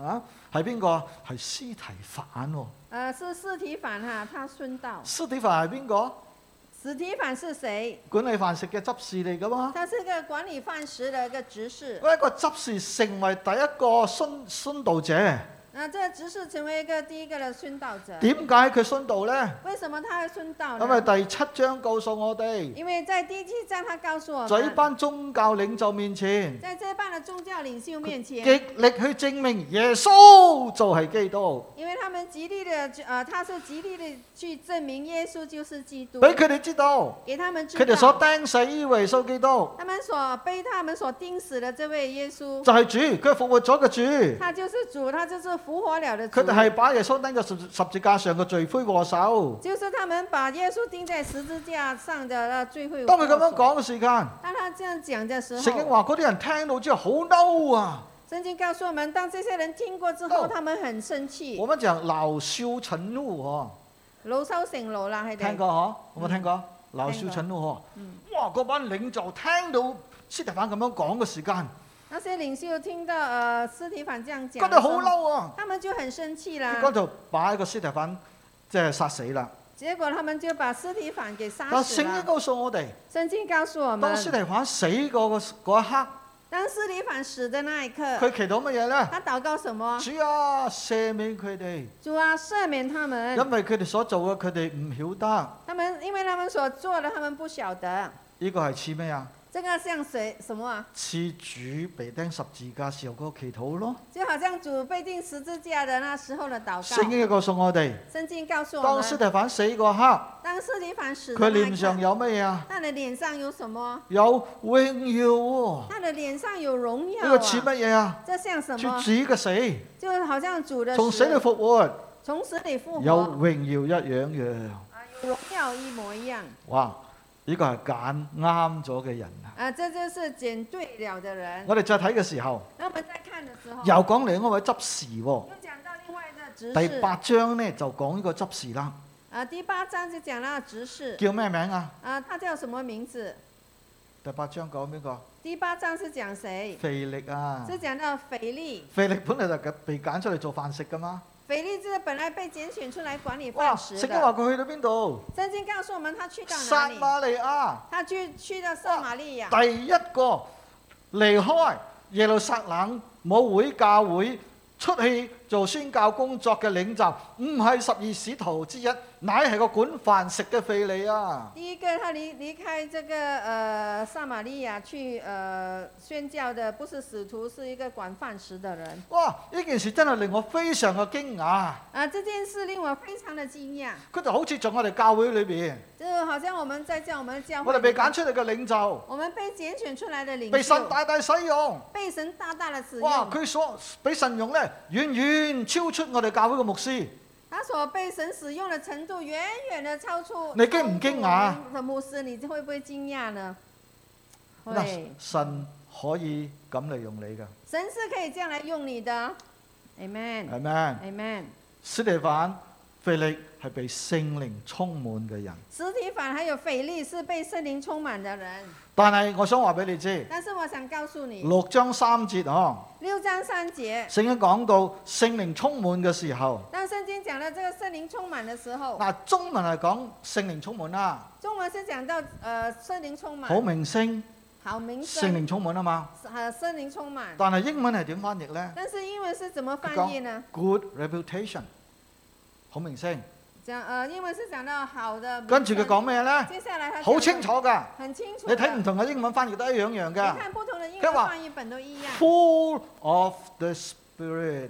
Speaker 1: 啊，係邊個？係斯提反喎。
Speaker 2: 呃，是斯提凡哈、他殉道。
Speaker 1: 斯提凡係邊個？
Speaker 2: 斯提凡是谁？
Speaker 1: 管理飯食嘅執事嚟噶嘛？
Speaker 2: 他是个管理饭食的一个执事。
Speaker 1: 一個執事成為第一個殉殉道者，點
Speaker 2: 那这执事成为一个第一个的殉道者。
Speaker 1: 解佢殉道呢？
Speaker 2: 为什么他会殉道
Speaker 1: 因為
Speaker 2: 呢？
Speaker 1: 第七章告訴我哋，
Speaker 2: 因为在第七章他告诉我
Speaker 1: 在呢
Speaker 2: 们，
Speaker 1: 班宗教領袖面前，
Speaker 2: 在这帮的宗教领袖面
Speaker 1: 極
Speaker 2: 前，
Speaker 1: 力去證明耶穌就係基督。
Speaker 2: 因为他们极力的呃，他是极力的去证明耶稣就是基督
Speaker 1: 俾，佢哋知道，
Speaker 2: 给他们
Speaker 1: 佢
Speaker 2: 知
Speaker 1: 哋所
Speaker 2: 道，
Speaker 1: 釘死耶穌基督
Speaker 2: 他们所被他们所钉死的这位耶稣，
Speaker 1: 就係主，佢係復活咗嘅主，
Speaker 2: 他就是主，他就是复活了的主
Speaker 1: 佢。哋係把耶穌釘喺十十字架上嘅罪魁禍首。
Speaker 2: 就是他们把耶稣钉在十字架上的那最会。
Speaker 1: 當佢咁樣，講嘅時間，
Speaker 2: 当他这样讲的时
Speaker 1: 聖經
Speaker 2: 候，
Speaker 1: 話嗰啲人聽到之後好嬲啊！
Speaker 2: 圣经告诉我们，当这些人听過之後，
Speaker 1: 哦
Speaker 2: 他們很生氣，
Speaker 1: 我們講鬧燒陳怒嗬，
Speaker 2: 老羞成怒啦，佢
Speaker 1: 聽
Speaker 2: 哋。
Speaker 1: 過嗬？有冇聽過鬧燒陳怒
Speaker 2: 嗯
Speaker 1: 嗬？哇！嗰班領袖聽到司提反咁樣講嘅時間，
Speaker 2: 那些領袖聽到呃斯提凡這樣講，
Speaker 1: 覺得好，嬲啊！
Speaker 2: 他們就很生氣
Speaker 1: 結果
Speaker 2: 啦。
Speaker 1: 就把一個司提反即係殺死啦。
Speaker 2: 結果他們就把斯提凡給殺
Speaker 1: 但
Speaker 2: 死
Speaker 1: 聖經
Speaker 2: 了。
Speaker 1: 告訴我哋。
Speaker 2: 聖經告訴我
Speaker 1: 當斯
Speaker 2: 們，
Speaker 1: 提反死嗰個嗰一刻，
Speaker 2: 當斯提凡死的那一刻，
Speaker 1: 佢祈禱乜嘢呢？
Speaker 2: 他禱告什麼？
Speaker 1: 主啊，赦免佢哋，
Speaker 2: 主啊，赦免他們，
Speaker 1: 因為佢哋所做嘅，佢哋唔曉得。
Speaker 2: 他們因為他們所做的，他們不曉得。
Speaker 1: 呢、個係似咩啊？
Speaker 2: 這個像誰什麼啊？
Speaker 1: 似主被釘十字架時候嗰個祈禱咯。
Speaker 2: 就好像主被钉十字架的那時候的禱
Speaker 1: 聖
Speaker 2: 告。
Speaker 1: 經告訴我哋，
Speaker 2: 聖經告訴我
Speaker 1: 當斯
Speaker 2: 們，
Speaker 1: 提反死嗰刻，
Speaker 2: 當斯提凡死
Speaker 1: 佢
Speaker 2: 的那
Speaker 1: 臉
Speaker 2: 一
Speaker 1: 上
Speaker 2: 刻，
Speaker 1: 有乜嘢啊？
Speaker 2: 他的臉上有什麼？
Speaker 1: 有榮耀喎、
Speaker 2: 他的臉上有榮
Speaker 1: 呢、
Speaker 2: 耀、啊。
Speaker 1: 個似乜嘢啊？
Speaker 2: 这像什
Speaker 1: 似
Speaker 2: 麼？
Speaker 1: 主嘅死，
Speaker 2: 就好像主的
Speaker 1: 從死裏
Speaker 2: 死，哦
Speaker 1: 復活，
Speaker 2: 從死里復
Speaker 1: 有
Speaker 2: 活，
Speaker 1: 榮耀一樣樣。
Speaker 2: 啊有榮耀一模一樣。
Speaker 1: 哇！呢、個係揀啱咗嘅人啊！
Speaker 2: 啊，這就是揀對了的人。
Speaker 1: 我哋再睇嘅時候。
Speaker 2: 那我們在看的時候，
Speaker 1: 又講另一位執事喎、
Speaker 2: 又講到另外一個執
Speaker 1: 第
Speaker 2: 事。
Speaker 1: 八章呢就講呢個執事啦，
Speaker 2: 啊，第八章就講到執事。
Speaker 1: 叫咩名啊？
Speaker 2: 啊，他叫什麼名字？
Speaker 1: 第八章講邊個？
Speaker 2: 第八章是講誰？
Speaker 1: 腓力啊
Speaker 2: 是，講到腓力。
Speaker 1: 腓力本嚟就被揀出嚟做飯食噶嘛。
Speaker 2: 腓力就是本來被揀選出來管理
Speaker 1: 哇！
Speaker 2: 飯食
Speaker 1: 聖經
Speaker 2: 的。
Speaker 1: 話佢去到邊度？
Speaker 2: 聖經告訴我們，他去到哪
Speaker 1: 撒
Speaker 2: 裡？
Speaker 1: 瑪利亞
Speaker 2: 他去去到撒瑪利亞，
Speaker 1: 第一個離開耶路撒冷母會教會出去做宣教工作嘅領袖，唔係十二使徒之一，乃係個管飯食嘅腓力啊！
Speaker 2: 第一個他離離開這個呃撒瑪利亞去呃宣教的，不是使徒，是一個管飯食的人。
Speaker 1: 哇！呢件事真係令我非常嘅驚訝。
Speaker 2: 啊，這件事令我非常的驚訝，
Speaker 1: 佢就好似在我哋教會裏邊，
Speaker 2: 就好像我們在叫我們的教
Speaker 1: 我
Speaker 2: 會
Speaker 1: 哋被
Speaker 2: 裡
Speaker 1: 揀
Speaker 2: 面，
Speaker 1: 出嚟嘅領袖，
Speaker 2: 我們被揀選出來的領
Speaker 1: 被神
Speaker 2: 袖，
Speaker 1: 大大使用。
Speaker 2: 被神大大的使
Speaker 1: 哇！
Speaker 2: 用。
Speaker 1: 佢所俾神用咧，遠遠超出我哋教會嘅牧師。
Speaker 2: 他所被神使用的程度远远的超出。
Speaker 1: 你驚唔驚訝啊？
Speaker 2: 的牧师，你会不会惊讶呢？
Speaker 1: 嗱
Speaker 2: 会，，
Speaker 1: 神可以咁嚟用你嘅，
Speaker 2: 神是可以这样来用你的。Amen，Amen
Speaker 1: 係。咪？斯蒂凡、腓力係被聖靈充滿嘅人，
Speaker 2: 实体反还有腓力是被圣灵充满的人，
Speaker 1: 但係我想話俾你知，
Speaker 2: 但是我想告诉你，
Speaker 1: 六章三節哦，
Speaker 2: 六章三节，
Speaker 1: 聖經講到聖靈充滿嘅時候，
Speaker 2: 当圣经讲到这个圣灵充满的时候，
Speaker 1: 嗱中文嚟講聖靈充滿啦，
Speaker 2: 中文是讲到呃圣灵充满，
Speaker 1: 好明星
Speaker 2: 好名
Speaker 1: 聖
Speaker 2: 声，
Speaker 1: 靈充滿啊嘛，
Speaker 2: 呃圣灵充满，
Speaker 1: 但係英文係點翻譯呢？
Speaker 2: 但是英文是怎么翻译呢？
Speaker 1: good reputation，好明星。
Speaker 2: 讲呃英文是讲到好的名声，
Speaker 1: 跟住佢講咩呢？
Speaker 2: 接下来他
Speaker 1: 好清，楚㗎，
Speaker 2: 很清楚
Speaker 1: 你
Speaker 2: 的，
Speaker 1: 睇唔同嘅英文翻譯都一樣樣
Speaker 2: 你
Speaker 1: 㗎。
Speaker 2: 看不同的英
Speaker 1: 佢
Speaker 2: 文
Speaker 1: 話
Speaker 2: 翻译本都一样，
Speaker 1: Full of the Spirit,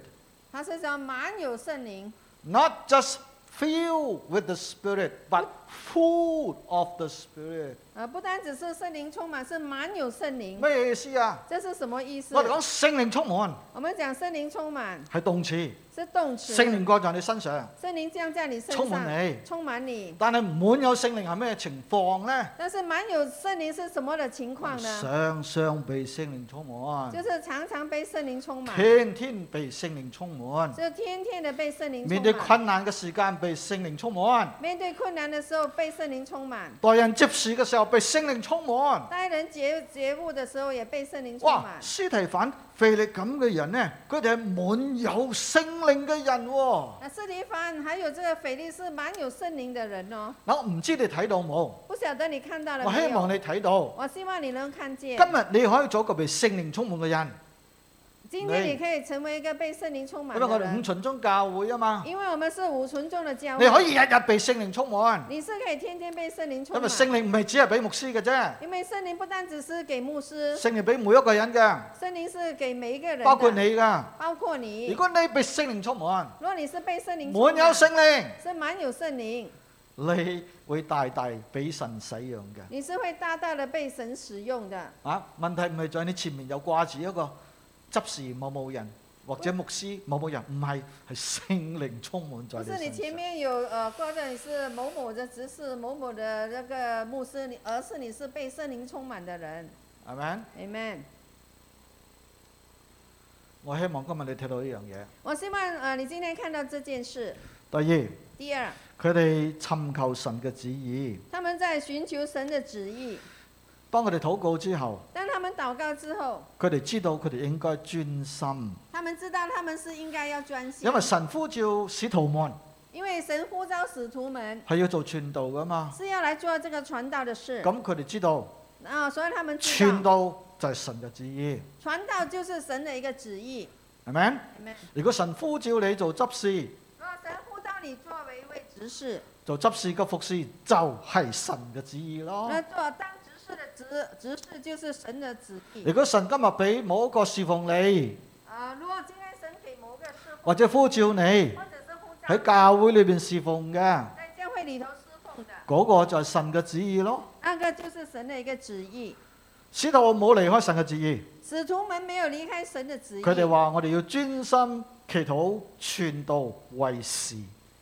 Speaker 2: 他是讲满有圣灵，
Speaker 1: not just filled with the Spirit, but full of the Spirit。
Speaker 2: 呃不单只是圣灵充满，是满有圣灵，
Speaker 1: 咩意思啊？
Speaker 2: 这是什么意思？
Speaker 1: 我哋講聖靈充滿
Speaker 2: 我们讲圣灵充满
Speaker 1: 係動詞，
Speaker 2: 是动词，
Speaker 1: 聖靈過在你身上，
Speaker 2: 圣灵降在你身上，
Speaker 1: 充滿你。
Speaker 2: 充满你。
Speaker 1: 但係滿有聖靈係咩情況呢？
Speaker 2: 但是满有圣灵是什么的情况呢？
Speaker 1: 常常被聖靈充
Speaker 2: 就
Speaker 1: 滿，
Speaker 2: 是常常被圣灵充满，
Speaker 1: 天天被聖靈充滿，
Speaker 2: 就天天的被圣灵充
Speaker 1: 面
Speaker 2: 满。
Speaker 1: 對困難嘅時間被聖靈充滿。
Speaker 2: 面对困难的时候被圣灵充满，
Speaker 1: 待人接事嘅時候被聖靈充滿。
Speaker 2: 待人接接物的时候也被圣灵充
Speaker 1: 哇！
Speaker 2: 满。
Speaker 1: 斯提反、腓力咁嘅人呢，佢哋係滿有聖靈嘅人喎、
Speaker 2: 那斯提凡还有这个腓力是满有圣灵的人哦，
Speaker 1: 嗱，我唔知你睇到冇？
Speaker 2: 不晓得你看到了
Speaker 1: 我
Speaker 2: 没
Speaker 1: 希
Speaker 2: 有？
Speaker 1: 望你睇到。
Speaker 2: 我希望你能看见
Speaker 1: 今，日你可以做一個被聖靈充滿嘅人，
Speaker 2: 今天
Speaker 1: 你
Speaker 2: 你可以成为一个被圣灵充
Speaker 1: 因
Speaker 2: 满
Speaker 1: 為
Speaker 2: 的
Speaker 1: 我哋五
Speaker 2: 人，
Speaker 1: 旬宗教會啊嘛。
Speaker 2: 因为我们是五纯众的教
Speaker 1: 你
Speaker 2: 会。
Speaker 1: 可以日日被聖靈充滿，
Speaker 2: 你是可以天天被圣灵
Speaker 1: 因
Speaker 2: 充
Speaker 1: 為
Speaker 2: 满，
Speaker 1: 聖靈唔係只係俾牧師嘅啫，
Speaker 2: 因为圣灵不但只是给牧师，
Speaker 1: 聖靈俾每一個人嘅，
Speaker 2: 圣灵是给每一个人的，
Speaker 1: 包括你㗎。
Speaker 2: 包括
Speaker 1: 如
Speaker 2: 你。
Speaker 1: 果你被聖靈充滿，
Speaker 2: 如果你是被圣灵
Speaker 1: 滿
Speaker 2: 充满
Speaker 1: 有聖靈，
Speaker 2: 是满有圣灵，
Speaker 1: 你會大大俾神使用嘅。
Speaker 2: 你是会大大的被神使用的。
Speaker 1: 啊，問題唔係在你前面有掛住一個執事某某人或者牧師某某人，唔係係聖靈充滿在
Speaker 2: 不
Speaker 1: 你
Speaker 2: 是你
Speaker 1: 身
Speaker 2: 前
Speaker 1: 上。
Speaker 2: 面有呃挂着你是某某的执事、某某的那个牧师，你而是你是被圣灵充满的人。
Speaker 1: 係咪？
Speaker 2: Amen。
Speaker 1: 我希望今日你睇到呢樣嘢。
Speaker 2: 我希望呃你今天看到这件事。
Speaker 1: 第
Speaker 2: 第二，
Speaker 1: 二，佢哋尋求神嘅旨意。
Speaker 2: 他们在寻求神的旨意。
Speaker 1: 當佢哋禱告之後，
Speaker 2: 当他们祷告之后，
Speaker 1: 佢哋知道佢哋應該專心，
Speaker 2: 他们知道他们是应该要专心
Speaker 1: 因，為神呼召使徒們
Speaker 2: 因为神呼召使徒们
Speaker 1: 係要做傳道噶嘛。
Speaker 2: 是要来做这个传道的事，
Speaker 1: 咁佢哋知道
Speaker 2: 啊、所以他们知
Speaker 1: 傳
Speaker 2: 道
Speaker 1: 道就係神嘅旨意，
Speaker 2: 传道就是神的一个旨意。
Speaker 1: 係咪？
Speaker 2: Amen
Speaker 1: 如果神呼召你做執事，
Speaker 2: 如果神呼召你作为一位执事，
Speaker 1: 做執事嘅服侍就係神嘅旨意咯。
Speaker 2: 那做当执事的执执事就是神的旨意
Speaker 1: 如。果神今日俾某一個侍奉你，
Speaker 2: 啊、如果今天神给某个侍奉，
Speaker 1: 或者呼召你
Speaker 2: 或者是呼召
Speaker 1: 喺教會裏邊侍奉嘅，
Speaker 2: 在教会里头侍奉的，
Speaker 1: 嗰、個就係神嘅旨意咯。
Speaker 2: 那个就是神的一个旨意。
Speaker 1: 使徒冇離開神嘅旨意，
Speaker 2: 使徒们没有离开神的旨意，
Speaker 1: 佢哋話：我哋要專心祈禱、傳道、為事。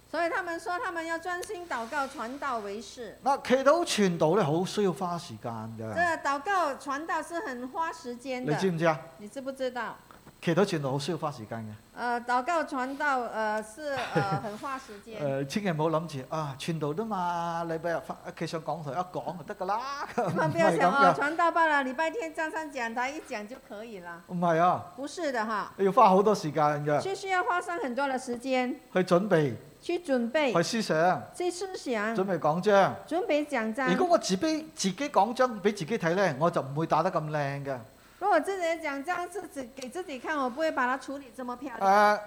Speaker 2: 所以他们说他们要专心祷告、传道为事。
Speaker 1: 嗱，祈禱傳道咧，好需要花時間
Speaker 2: 这
Speaker 1: 嘅。
Speaker 2: 祷告传道是很花时间
Speaker 1: 你
Speaker 2: 的，
Speaker 1: 知唔知啊？
Speaker 2: 你知不知道？
Speaker 1: 祈禱傳道好需要花時間嘅。
Speaker 2: 呃，祷告传道，呃，是呃很花时
Speaker 1: 誒、
Speaker 2: 间，
Speaker 1: 千祈唔好諗住啊，傳道啫嘛，禮拜日翻屋企上講台一講就得㗎啦。
Speaker 2: 千万不要想哦，传道罢了，礼拜天站上讲台一讲就可以了，
Speaker 1: 唔係啊。
Speaker 2: 不是的哈，
Speaker 1: 要花好多時間嘅，
Speaker 2: 是需要花上很多的时间
Speaker 1: 去準備，
Speaker 2: 去准备、
Speaker 1: 去思想，
Speaker 2: 去思想、
Speaker 1: 準備講章。
Speaker 2: 准备讲章
Speaker 1: 如。果我自卑自己講章俾自己睇呢，我就唔會打得咁靚嘅。
Speaker 2: 如果自己的讲章是只给自己看，我不会把它处理这么漂
Speaker 1: 誒、
Speaker 2: 亮。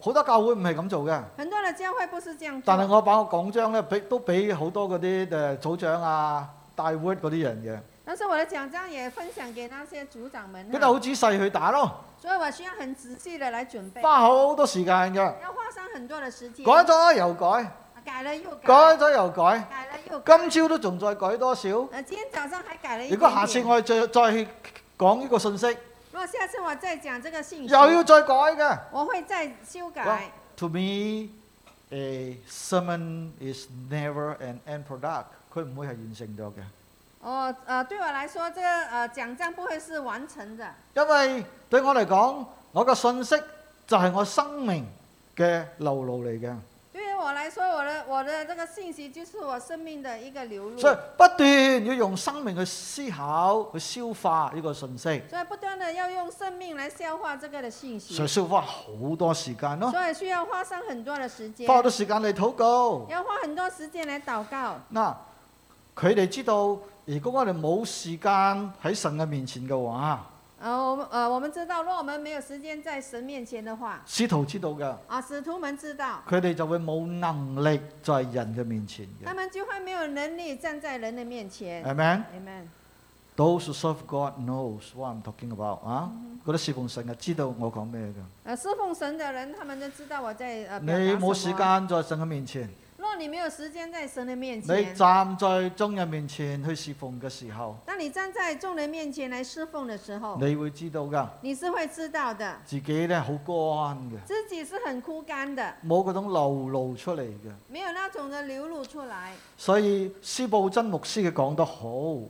Speaker 1: 好多教會唔係咁做嘅，
Speaker 2: 很多的教会不是这样
Speaker 1: 但係
Speaker 2: 做，
Speaker 1: 我把我講章呢，俾都俾好多嗰啲誒組長啊、大 word 嗰啲人
Speaker 2: 但是我的讲章也分享给那些组长们
Speaker 1: 嘅，
Speaker 2: 哈
Speaker 1: 佢哋好仔細去打咯，
Speaker 2: 所以我需要很仔细的来准备，
Speaker 1: 花好多時間嘅，
Speaker 2: 要花上很多的时间啊
Speaker 1: 改，咗又改，
Speaker 2: 改了又
Speaker 1: 改
Speaker 2: 改，
Speaker 1: 咗又改，
Speaker 2: 改了又改。
Speaker 1: 今朝都仲再改多少？
Speaker 2: 呃，今天早上还改了一
Speaker 1: 如
Speaker 2: 点
Speaker 1: 果下次
Speaker 2: 点。
Speaker 1: 我再再去講呢個信息，
Speaker 2: 如果下次我再讲这个信息，
Speaker 1: 又要再改嘅。
Speaker 2: 我会再修
Speaker 1: 哇
Speaker 2: 改。
Speaker 1: To me, a sermon is never an end product，佢唔會係完成咗嘅，
Speaker 2: 哦，呃，对我来说，这个呃奖章不会是完成的，
Speaker 1: 因為對我嚟講，我嘅信息就係我生命嘅流露嚟嘅。
Speaker 2: 对于我来说，我的我的这个信息就是我生命的一个流露，
Speaker 1: 所以不斷要用生命去思考、去消化呢個信息，
Speaker 2: 所以不断的要用生命来消化这个的信息
Speaker 1: 所以，消化好多時間咯，
Speaker 2: 所以需要花上很多的时间，
Speaker 1: 花好多時間嚟禱告。
Speaker 2: 要花很多时间来祷告。
Speaker 1: 嗱，佢哋知道，如果我哋冇時間喺神嘅面前嘅話，
Speaker 2: 呃，我们呃，我们知道，若我们没有时间在神面前的话，
Speaker 1: 使徒知道嘅，
Speaker 2: 啊，使徒们知道，
Speaker 1: 佢哋就會冇能力在人嘅面前
Speaker 2: 他
Speaker 1: 嘅。
Speaker 2: 们就会没有能力站在人的面前。
Speaker 1: Amen。
Speaker 2: Amen。
Speaker 1: Those who serve God knows what I'm talking about 啊！嗰啲侍奉神嘅知道我講咩嘅。
Speaker 2: 呃，侍奉神的人，他们都知道我在呃。
Speaker 1: 你
Speaker 2: 表达什
Speaker 1: 冇
Speaker 2: 么
Speaker 1: 時。間在神嘅面前，
Speaker 2: 若你没有时间在神的面
Speaker 1: 你
Speaker 2: 前，
Speaker 1: 站在眾人面前去侍奉嘅時候，
Speaker 2: 当你站在众人面前来侍奉的时候，
Speaker 1: 你會知道㗎，
Speaker 2: 你是会知道的，
Speaker 1: 自己咧好乾嘅，
Speaker 2: 自己是很枯干的，
Speaker 1: 冇嗰種流露出嚟嘅。
Speaker 2: 没有那种的流露出来。
Speaker 1: 所以施布真牧師嘅講得好。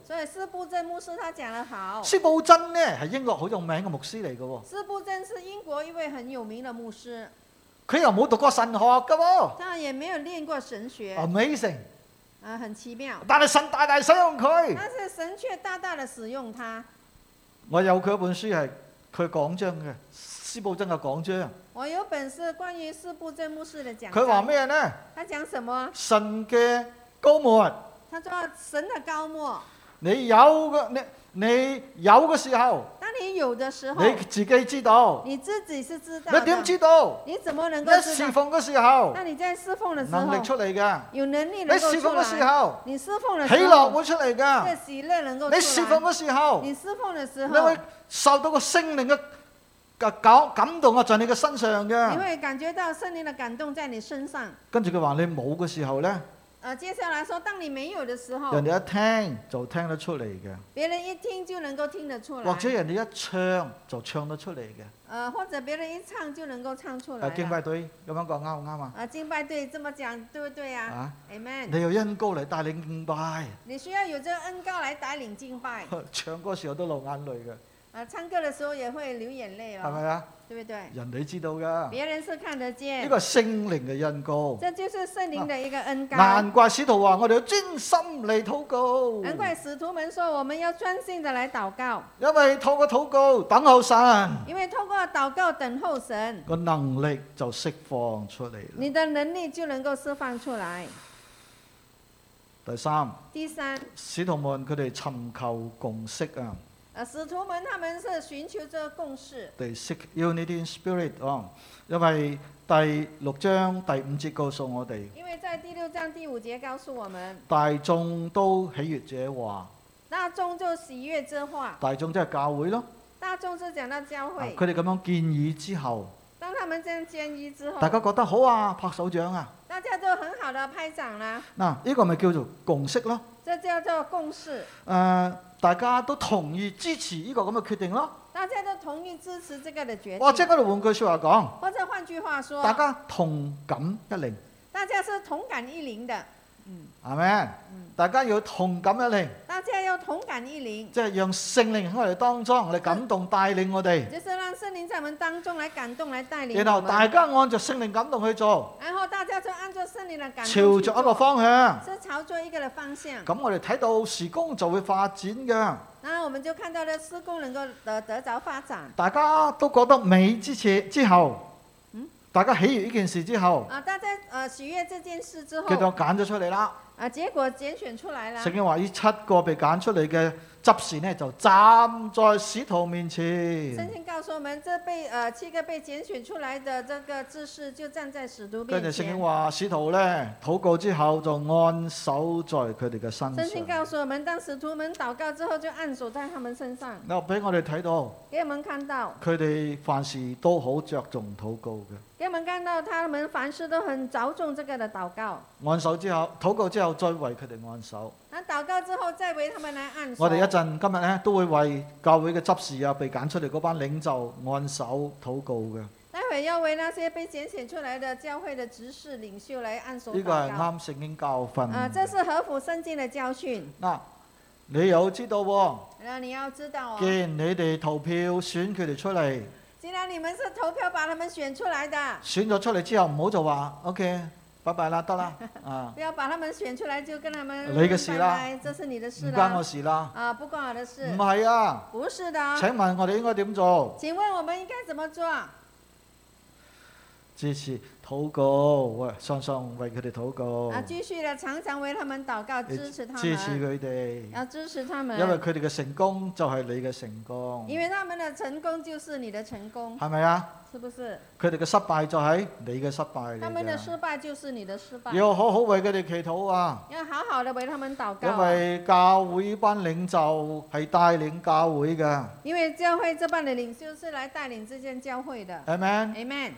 Speaker 2: 所以施布真牧师他讲得好，
Speaker 1: 施布真呢係英國好有名嘅牧師嚟嘅喎，
Speaker 2: 施布真是英国一位很有名的牧师，
Speaker 1: 佢又冇讀過神學嘅喎
Speaker 2: 他也没有练过神学，
Speaker 1: 哦
Speaker 2: 啊、
Speaker 1: ，amazing！
Speaker 2: 很奇妙。
Speaker 1: 但係神大大使用佢。
Speaker 2: 但是神却大大的使用他。
Speaker 1: 我有佢一本書係佢講章嘅，施布真嘅講章。
Speaker 2: 我有本事关于四部正牧师的讲
Speaker 1: 佢話
Speaker 2: 章，
Speaker 1: 咩呢？
Speaker 2: 他讲什么？
Speaker 1: 神嘅高末，
Speaker 2: 他说神的高莫，
Speaker 1: 你有嘅你你有嘅時候，
Speaker 2: 当你有的时候，
Speaker 1: 你自己知道。
Speaker 2: 你自己是知道
Speaker 1: 你
Speaker 2: 的，
Speaker 1: 點知道？
Speaker 2: 你怎么能
Speaker 1: 你
Speaker 2: 够知
Speaker 1: 侍
Speaker 2: 道？
Speaker 1: 奉嘅時候
Speaker 2: 那，你在侍奉的时
Speaker 1: 能力
Speaker 2: 候，
Speaker 1: 出嚟嘅。
Speaker 2: 有能力能
Speaker 1: 你
Speaker 2: 够
Speaker 1: 侍
Speaker 2: 出
Speaker 1: 奉嘅時
Speaker 2: 来，
Speaker 1: 候，
Speaker 2: 你侍奉的
Speaker 1: 喜
Speaker 2: 时
Speaker 1: 樂
Speaker 2: 候，
Speaker 1: 會出嚟
Speaker 2: 这
Speaker 1: 㗎。
Speaker 2: 喜乐能够
Speaker 1: 你侍奉
Speaker 2: 出来，
Speaker 1: 嘅時候，
Speaker 2: 你侍奉的时
Speaker 1: 你
Speaker 2: 候
Speaker 1: 會，受到個聖靈嘅嘅感感動啊，在你嘅身上
Speaker 2: 你
Speaker 1: 嘅。
Speaker 2: 会感觉到圣灵的感动在你身上。
Speaker 1: 跟住佢話你冇嘅時候呢，
Speaker 2: 呃，接下来说，当你没有的时候
Speaker 1: 人，哋一聽就聽得出嚟嘅，
Speaker 2: 别人一听就能够听得出
Speaker 1: 或
Speaker 2: 来
Speaker 1: 者，人哋一唱就唱得出嚟嘅。
Speaker 2: 呃，或者别人一唱就能够唱出来
Speaker 1: 啊，
Speaker 2: 了。
Speaker 1: 敬拜隊咁樣講啱唔啱啊？
Speaker 2: 啊，敬拜队这么讲对不对啊
Speaker 1: 啊，
Speaker 2: ？Amen。
Speaker 1: 你有恩高嚟帶領敬拜， <laughs>
Speaker 2: 你需要有这个恩高来带领敬拜，
Speaker 1: 唱歌時候都流眼淚嘅，
Speaker 2: 啊，唱歌的时候也会流眼泪
Speaker 1: 係
Speaker 2: 哦，
Speaker 1: 咪啊？
Speaker 2: 对不对？
Speaker 1: 人哋知道㗎。
Speaker 2: 别人是看得见
Speaker 1: 呢個，係聖靈嘅恩高。
Speaker 2: 这就是圣灵的一个恩高。
Speaker 1: 難怪使徒話：我哋要專心嚟禱告，
Speaker 2: 难怪使徒们说我们要专心的来祷告，
Speaker 1: 因為透過禱告等候神，
Speaker 2: 因为通过祷告等候神，
Speaker 1: 個能力就釋放出嚟啦。
Speaker 2: 你的能力就能够释放出来。
Speaker 1: 第三，
Speaker 2: 第三，
Speaker 1: 使徒們佢哋尋求共識啊
Speaker 2: 呃，使徒们他们是寻求这个共识，
Speaker 1: ，they seek unity in spirit 啊。因為第六章第五節告訴我哋，
Speaker 2: 因为在第六章第五节告诉我们，
Speaker 1: 大眾都喜悦者話，
Speaker 2: 大众就喜悦这话，
Speaker 1: 大眾即係教會咯。
Speaker 2: 大众是讲到教
Speaker 1: 啊
Speaker 2: 会
Speaker 1: 佢。哋咁樣建議之後，
Speaker 2: 当他们这样建议之后，
Speaker 1: 大家覺得好啊，拍手掌啊！
Speaker 2: 大家都很好的拍掌啦，
Speaker 1: 嗱，呢個咪叫做共識咯。
Speaker 2: 这叫做共识，
Speaker 1: 誒、呃大家都同意支持呢個咁嘅決定咯。
Speaker 2: 大家都同意支持这个的决定。
Speaker 1: 或者嗰度換句説話講，
Speaker 2: 或者换句话说，啊
Speaker 1: 大家同感一靈，
Speaker 2: 大家是同感一靈的，
Speaker 1: 係咪？
Speaker 2: 嗯
Speaker 1: 大家要同感一靈，
Speaker 2: 大家要同感一靈，
Speaker 1: 即係讓聖靈喺我哋當中嚟感動帶領我哋，
Speaker 2: 就是让圣灵在我們当中来感動、来带领
Speaker 1: 然
Speaker 2: 我
Speaker 1: 後大
Speaker 2: 们。
Speaker 1: 家按着聖靈感動去做，
Speaker 2: 然后大家就按照圣灵的感
Speaker 1: 朝
Speaker 2: 動去
Speaker 1: 着一個
Speaker 2: 做，
Speaker 1: 方向。
Speaker 2: 是朝着一个的方向。
Speaker 1: 咁我哋睇到時工就會發展嘅，
Speaker 2: 然后我们就看到了施工能够得得着发展。
Speaker 1: 大家都覺得美之前之後，
Speaker 2: 嗯
Speaker 1: 大家喜悦呢件事之後，
Speaker 2: 啊，大家呃喜悦这件事之
Speaker 1: 叫
Speaker 2: 后，
Speaker 1: 做揀咗出嚟啦。
Speaker 2: 啊，結果揀選出來了
Speaker 1: 聖。經話呢七個被揀出嚟嘅執事呢，就站在使徒面
Speaker 2: 圣
Speaker 1: 前。
Speaker 2: 经告诉我们，这被呃七个被拣选出来的这个志士，就站在使徒
Speaker 1: 跟住
Speaker 2: 面
Speaker 1: 聖經
Speaker 2: 前。
Speaker 1: 話，使徒呢禱告之後就按手在佢哋嘅身
Speaker 2: 圣经
Speaker 1: 上。
Speaker 2: 告诉我们，当使徒们祷告之后，就按手在他们身上，
Speaker 1: 嗱，俾我哋睇到
Speaker 2: 给我们看到，
Speaker 1: 佢哋凡事都好着重禱告
Speaker 2: 给我们看到他们凡事都很着重这个的祷告。
Speaker 1: 嘅。按手之後，禱告之後再為佢哋按手。
Speaker 2: 那祷告之后，再为他们来按手。
Speaker 1: 我哋一陣今日呢，都會為教會嘅執事啊，被揀出嚟嗰班領袖按手禱告嘅。
Speaker 2: 待会要为那些被拣选出来的教会的执事领袖来按手
Speaker 1: 呢
Speaker 2: 祷
Speaker 1: 個係
Speaker 2: 告。
Speaker 1: 啱聖經教訓。
Speaker 2: 啊，这是合乎圣经的教训。
Speaker 1: 嗱，你又知道喎，
Speaker 2: 那你要知道
Speaker 1: 既
Speaker 2: 哦，
Speaker 1: 然你哋投票選佢哋出嚟，
Speaker 2: 既然你们是投票把他们选出来的，
Speaker 1: 選咗出嚟之後唔好就話 OK，拜拜啦，得啦，
Speaker 2: <laughs>
Speaker 1: 啊，
Speaker 2: 不要把他们选出来就跟他们
Speaker 1: 你嘅事啦
Speaker 2: 拜拜，这是你的
Speaker 1: 唔
Speaker 2: 事
Speaker 1: 關我
Speaker 2: 啦。
Speaker 1: 事啦。
Speaker 2: 啊，不关我的
Speaker 1: 唔
Speaker 2: 事，
Speaker 1: 係啊，
Speaker 2: 不是的。
Speaker 1: 請問我哋應該點做？
Speaker 2: 请问我们应该怎么做？
Speaker 1: 支持禱告，喂，常常為佢哋禱告，
Speaker 2: 啊，继续的常常为他们祷告，
Speaker 1: 你
Speaker 2: 支持他
Speaker 1: 支持
Speaker 2: 们，
Speaker 1: 佢哋，
Speaker 2: 要支持他们，
Speaker 1: 因為佢哋嘅成功就係你嘅成功，
Speaker 2: 因为他们的成功就是你的成功，
Speaker 1: 係咪啊？
Speaker 2: 是不是？
Speaker 1: 佢哋嘅失敗就係你嘅失敗嚟
Speaker 2: 他们的
Speaker 1: 㗎
Speaker 2: 失败就是你的失败，
Speaker 1: 要好好為佢哋祈禱啊！
Speaker 2: 要好好的为他们祷告
Speaker 1: 因
Speaker 2: 啊、
Speaker 1: 為教會班領袖係帶領教會嘅
Speaker 2: 因为教会这帮的领袖是来带领这间教会的。
Speaker 1: ，Amen。
Speaker 2: Amen。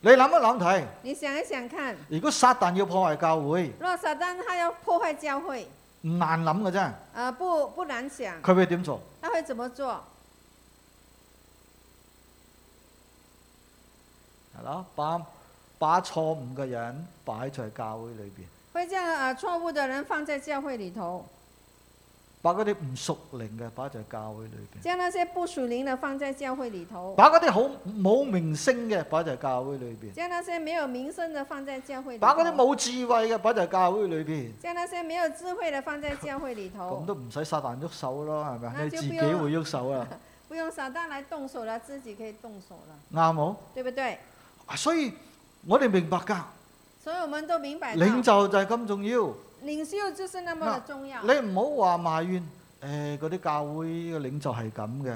Speaker 1: 你諗一諗睇，
Speaker 2: 你想一想看，
Speaker 1: 如果撒旦要破壞教會，
Speaker 2: 若撒旦他要破坏教会，
Speaker 1: 唔難諗嘅啫，
Speaker 2: 呃，不不难想，
Speaker 1: 佢會點做？
Speaker 2: 他会怎么做？
Speaker 1: 係咯，把把錯誤嘅人擺在教會裏邊，
Speaker 2: 会将呃错误的人放在教会里头，
Speaker 1: 把嗰啲唔熟靈嘅擺在教會裏邊，
Speaker 2: 将那些不属灵的放在教会里头。
Speaker 1: 把嗰啲好冇名聲嘅擺在教會裏邊，
Speaker 2: 将那些没有名声的放在教会里头，
Speaker 1: 把嗰啲冇智慧嘅擺在教會裏邊，
Speaker 2: 将那些没有智慧的放在教会里
Speaker 1: 咁
Speaker 2: 頭，
Speaker 1: 都唔使撒旦喐手咯，係咪？
Speaker 2: 那
Speaker 1: 你
Speaker 2: 就
Speaker 1: 自己
Speaker 2: 不要
Speaker 1: 會喐手啊，
Speaker 2: 不用撒旦来动手了，自己可以动手了，
Speaker 1: 啱冇？
Speaker 2: 对不对？
Speaker 1: 所以我哋明白㗎。
Speaker 2: 所以我们都明白到，
Speaker 1: 領袖就係咁重要，
Speaker 2: 领袖就是那么的重要
Speaker 1: 你唔好話埋怨，誒嗰啲教會嘅領袖係咁嘅，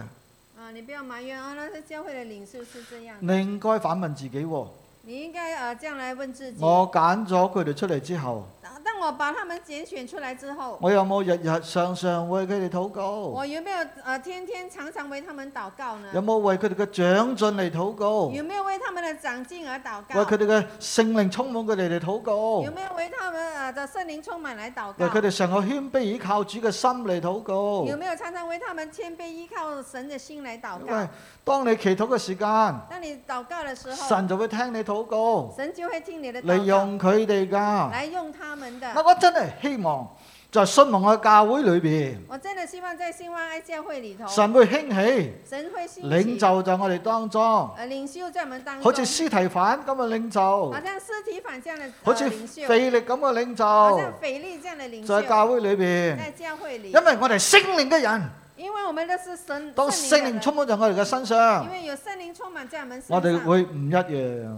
Speaker 2: 啊！你不要埋怨啊，那些教会的领袖是这样的，
Speaker 1: 你應該反問自己喎、
Speaker 2: 你应该呃这样来问自己：
Speaker 1: 我揀咗佢哋出嚟之後，
Speaker 2: 当当我把他们拣选出来之后，
Speaker 1: 我有冇日日常常為佢哋禱告？
Speaker 2: 我有没有呃天天常常为他们祷告呢
Speaker 1: 有？冇為佢哋嘅長進嚟禱告？為
Speaker 2: 有没有为他们的长进而祷
Speaker 1: 佢
Speaker 2: 告？
Speaker 1: 哋嘅聖靈充滿佢哋嚟禱告？
Speaker 2: 有没有为他们呃的圣灵充满来祷
Speaker 1: 為
Speaker 2: 告
Speaker 1: 佢？哋成個謙卑倚靠主嘅心嚟禱告？
Speaker 2: 有没有常常为他们谦卑依靠神的心来祷
Speaker 1: 因
Speaker 2: 告
Speaker 1: 為？當你祈禱嘅時間，
Speaker 2: 当你祷告的时候，
Speaker 1: 神就會聽你禱告，
Speaker 2: 神就会听你的
Speaker 1: 你
Speaker 2: 祷告，
Speaker 1: 用佢哋㗎。
Speaker 2: 来用他们
Speaker 1: 嗱，
Speaker 2: 的。
Speaker 1: 我真係希望在信望嘅教會裏邊，
Speaker 2: 我真的希望在兴旺爱教会里头，
Speaker 1: 神會興起
Speaker 2: 神會兴
Speaker 1: 領
Speaker 2: 起，
Speaker 1: 袖在我哋當中，
Speaker 2: 呃，領袖在我们当
Speaker 1: 好似
Speaker 2: 中，
Speaker 1: 司提反咁嘅領袖
Speaker 2: 好，像尸体反向的
Speaker 1: 好
Speaker 2: 呃
Speaker 1: 似
Speaker 2: 领袖，
Speaker 1: 腓力咁嘅
Speaker 2: 好
Speaker 1: 領
Speaker 2: 像腓力这样的领
Speaker 1: 袖，
Speaker 2: 袖
Speaker 1: 在，教會裏邊，
Speaker 2: 在教会里
Speaker 1: 因，為我哋係聖靈嘅人，
Speaker 2: 因为我们的是神，
Speaker 1: 當聖
Speaker 2: 聖
Speaker 1: 靈
Speaker 2: 靈的
Speaker 1: 充滿
Speaker 2: 人，
Speaker 1: 在我哋嘅身上
Speaker 2: 因，为有圣灵充满在我们身
Speaker 1: 我哋
Speaker 2: 上，
Speaker 1: 會唔一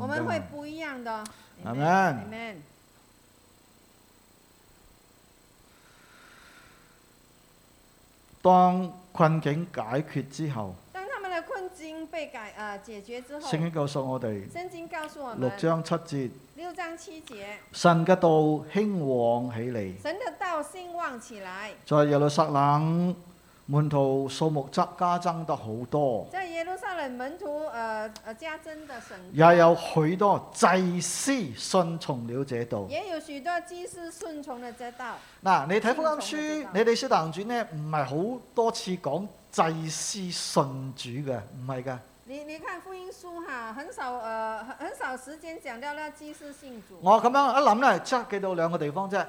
Speaker 2: 我们会
Speaker 1: 樣。
Speaker 2: 不一样的。
Speaker 1: Amen
Speaker 2: Amen。
Speaker 1: 當困境解決之後，
Speaker 2: 当他们的困境被改呃解決之
Speaker 1: 聖
Speaker 2: 後，
Speaker 1: 經告訴我哋
Speaker 2: 圣经告訴我
Speaker 1: 六
Speaker 2: 们
Speaker 1: 章七節，
Speaker 2: 六章七節，
Speaker 1: 神嘅道興旺起嚟。
Speaker 2: 神的道興旺起來，
Speaker 1: 在耶路撒冷門徒數目則加增得好多，
Speaker 2: 在耶路撒冷門徒呃呃加增的神，
Speaker 1: 也有許多祭司信從了這道。
Speaker 2: 也有許多祭司順從了這道。
Speaker 1: 嗱，你睇福音書
Speaker 2: 信從了這道，
Speaker 1: 你哋《使徒行傳》呢，唔係好多次講祭司信主嘅，唔係㗎。
Speaker 2: 你你看福音書哈，很少呃很很少時間講到那祭司信主。
Speaker 1: 我咁樣一諗呢，即係記到兩個地方啫。
Speaker 2: 呃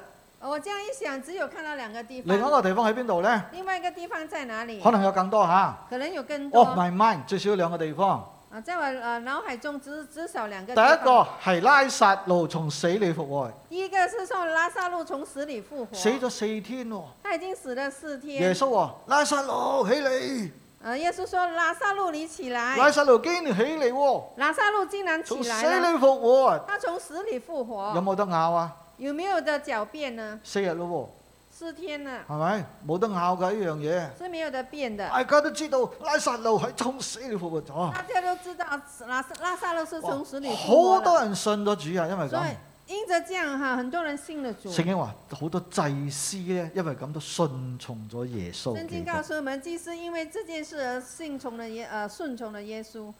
Speaker 2: 我這樣一想，只有看到兩個地
Speaker 1: 另外一
Speaker 2: 方，
Speaker 1: 個地方喺邊度呢？
Speaker 2: 另外一個地方在哪裡
Speaker 1: 可？能有更多嚇。
Speaker 2: 可能有更多
Speaker 1: Off Oh my mind，最少兩個地方。
Speaker 2: 啊，在我呃腦海中只只少兩
Speaker 1: 第
Speaker 2: 個
Speaker 1: 一
Speaker 2: 地方。
Speaker 1: 個係拉撒路從死裏復活，
Speaker 2: 第一个是受拉萨路从死里复活，
Speaker 1: 死咗四天喎。
Speaker 2: 他已经死了四
Speaker 1: 耶
Speaker 2: 天。
Speaker 1: 穌話：拉撒路起嚟！
Speaker 2: 呃，耶稣说拉萨路你起来，
Speaker 1: 拉撒路竟然起嚟喎，
Speaker 2: 拉萨路竟然起
Speaker 1: 從死
Speaker 2: 来了，
Speaker 1: 裏復活啊！
Speaker 2: 他从死里复
Speaker 1: 有
Speaker 2: 活，
Speaker 1: 冇得咬啊？
Speaker 2: 有没有的狡辩呢？
Speaker 1: 四日咯
Speaker 2: 四天
Speaker 1: 喎，
Speaker 2: 呢
Speaker 1: 係咪？冇得咬嘅一樣嘢，
Speaker 2: 是没有的变的。
Speaker 1: 大家都知道拉撒路係從死裏復活咗，
Speaker 2: 大家都知道拉萨拉萨路是从死里复
Speaker 1: 好
Speaker 2: 活
Speaker 1: 多
Speaker 2: 的，
Speaker 1: 人信咗主啊，因為
Speaker 2: 所
Speaker 1: 咁
Speaker 2: 以。因着这样哈，很多人信了主。
Speaker 1: 聖經話好多祭司咧，因為咁都順從咗耶穌
Speaker 2: 圣
Speaker 1: 基
Speaker 2: 经
Speaker 1: 督。
Speaker 2: 告诉我们，祭司因为这件事而信从了耶呃顺从了耶稣。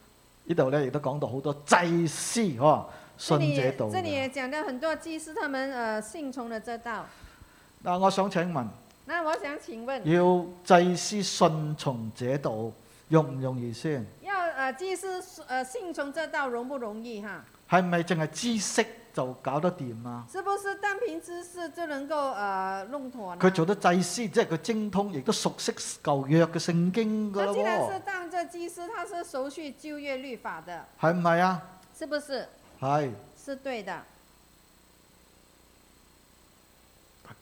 Speaker 1: 呢度咧亦都講到好多祭司嗬
Speaker 2: 这
Speaker 1: 信
Speaker 2: 里
Speaker 1: 者
Speaker 2: 也
Speaker 1: 道啊
Speaker 2: 这里
Speaker 1: 嘅。
Speaker 2: 也讲到很多祭司他们呃信从了这道。
Speaker 1: 嗱，我想請問，
Speaker 2: 那我
Speaker 1: 嗯
Speaker 2: 想请问，
Speaker 1: 要祭司信從者道容唔容易先？
Speaker 2: 要呃祭司呃信从这道容不容易哈？
Speaker 1: 係咪淨係知識就搞得掂啊？
Speaker 2: 是不是单凭知识就能够呃弄妥呢？
Speaker 1: 佢做得祭司，即係佢精通，亦都熟悉舊約嘅聖經㗎
Speaker 2: 他
Speaker 1: 啦
Speaker 2: 既然是
Speaker 1: 喎，
Speaker 2: 当这祭司，他是熟悉就业律法的，
Speaker 1: 係唔係啊？
Speaker 2: 是不是？
Speaker 1: 係
Speaker 2: 是对的。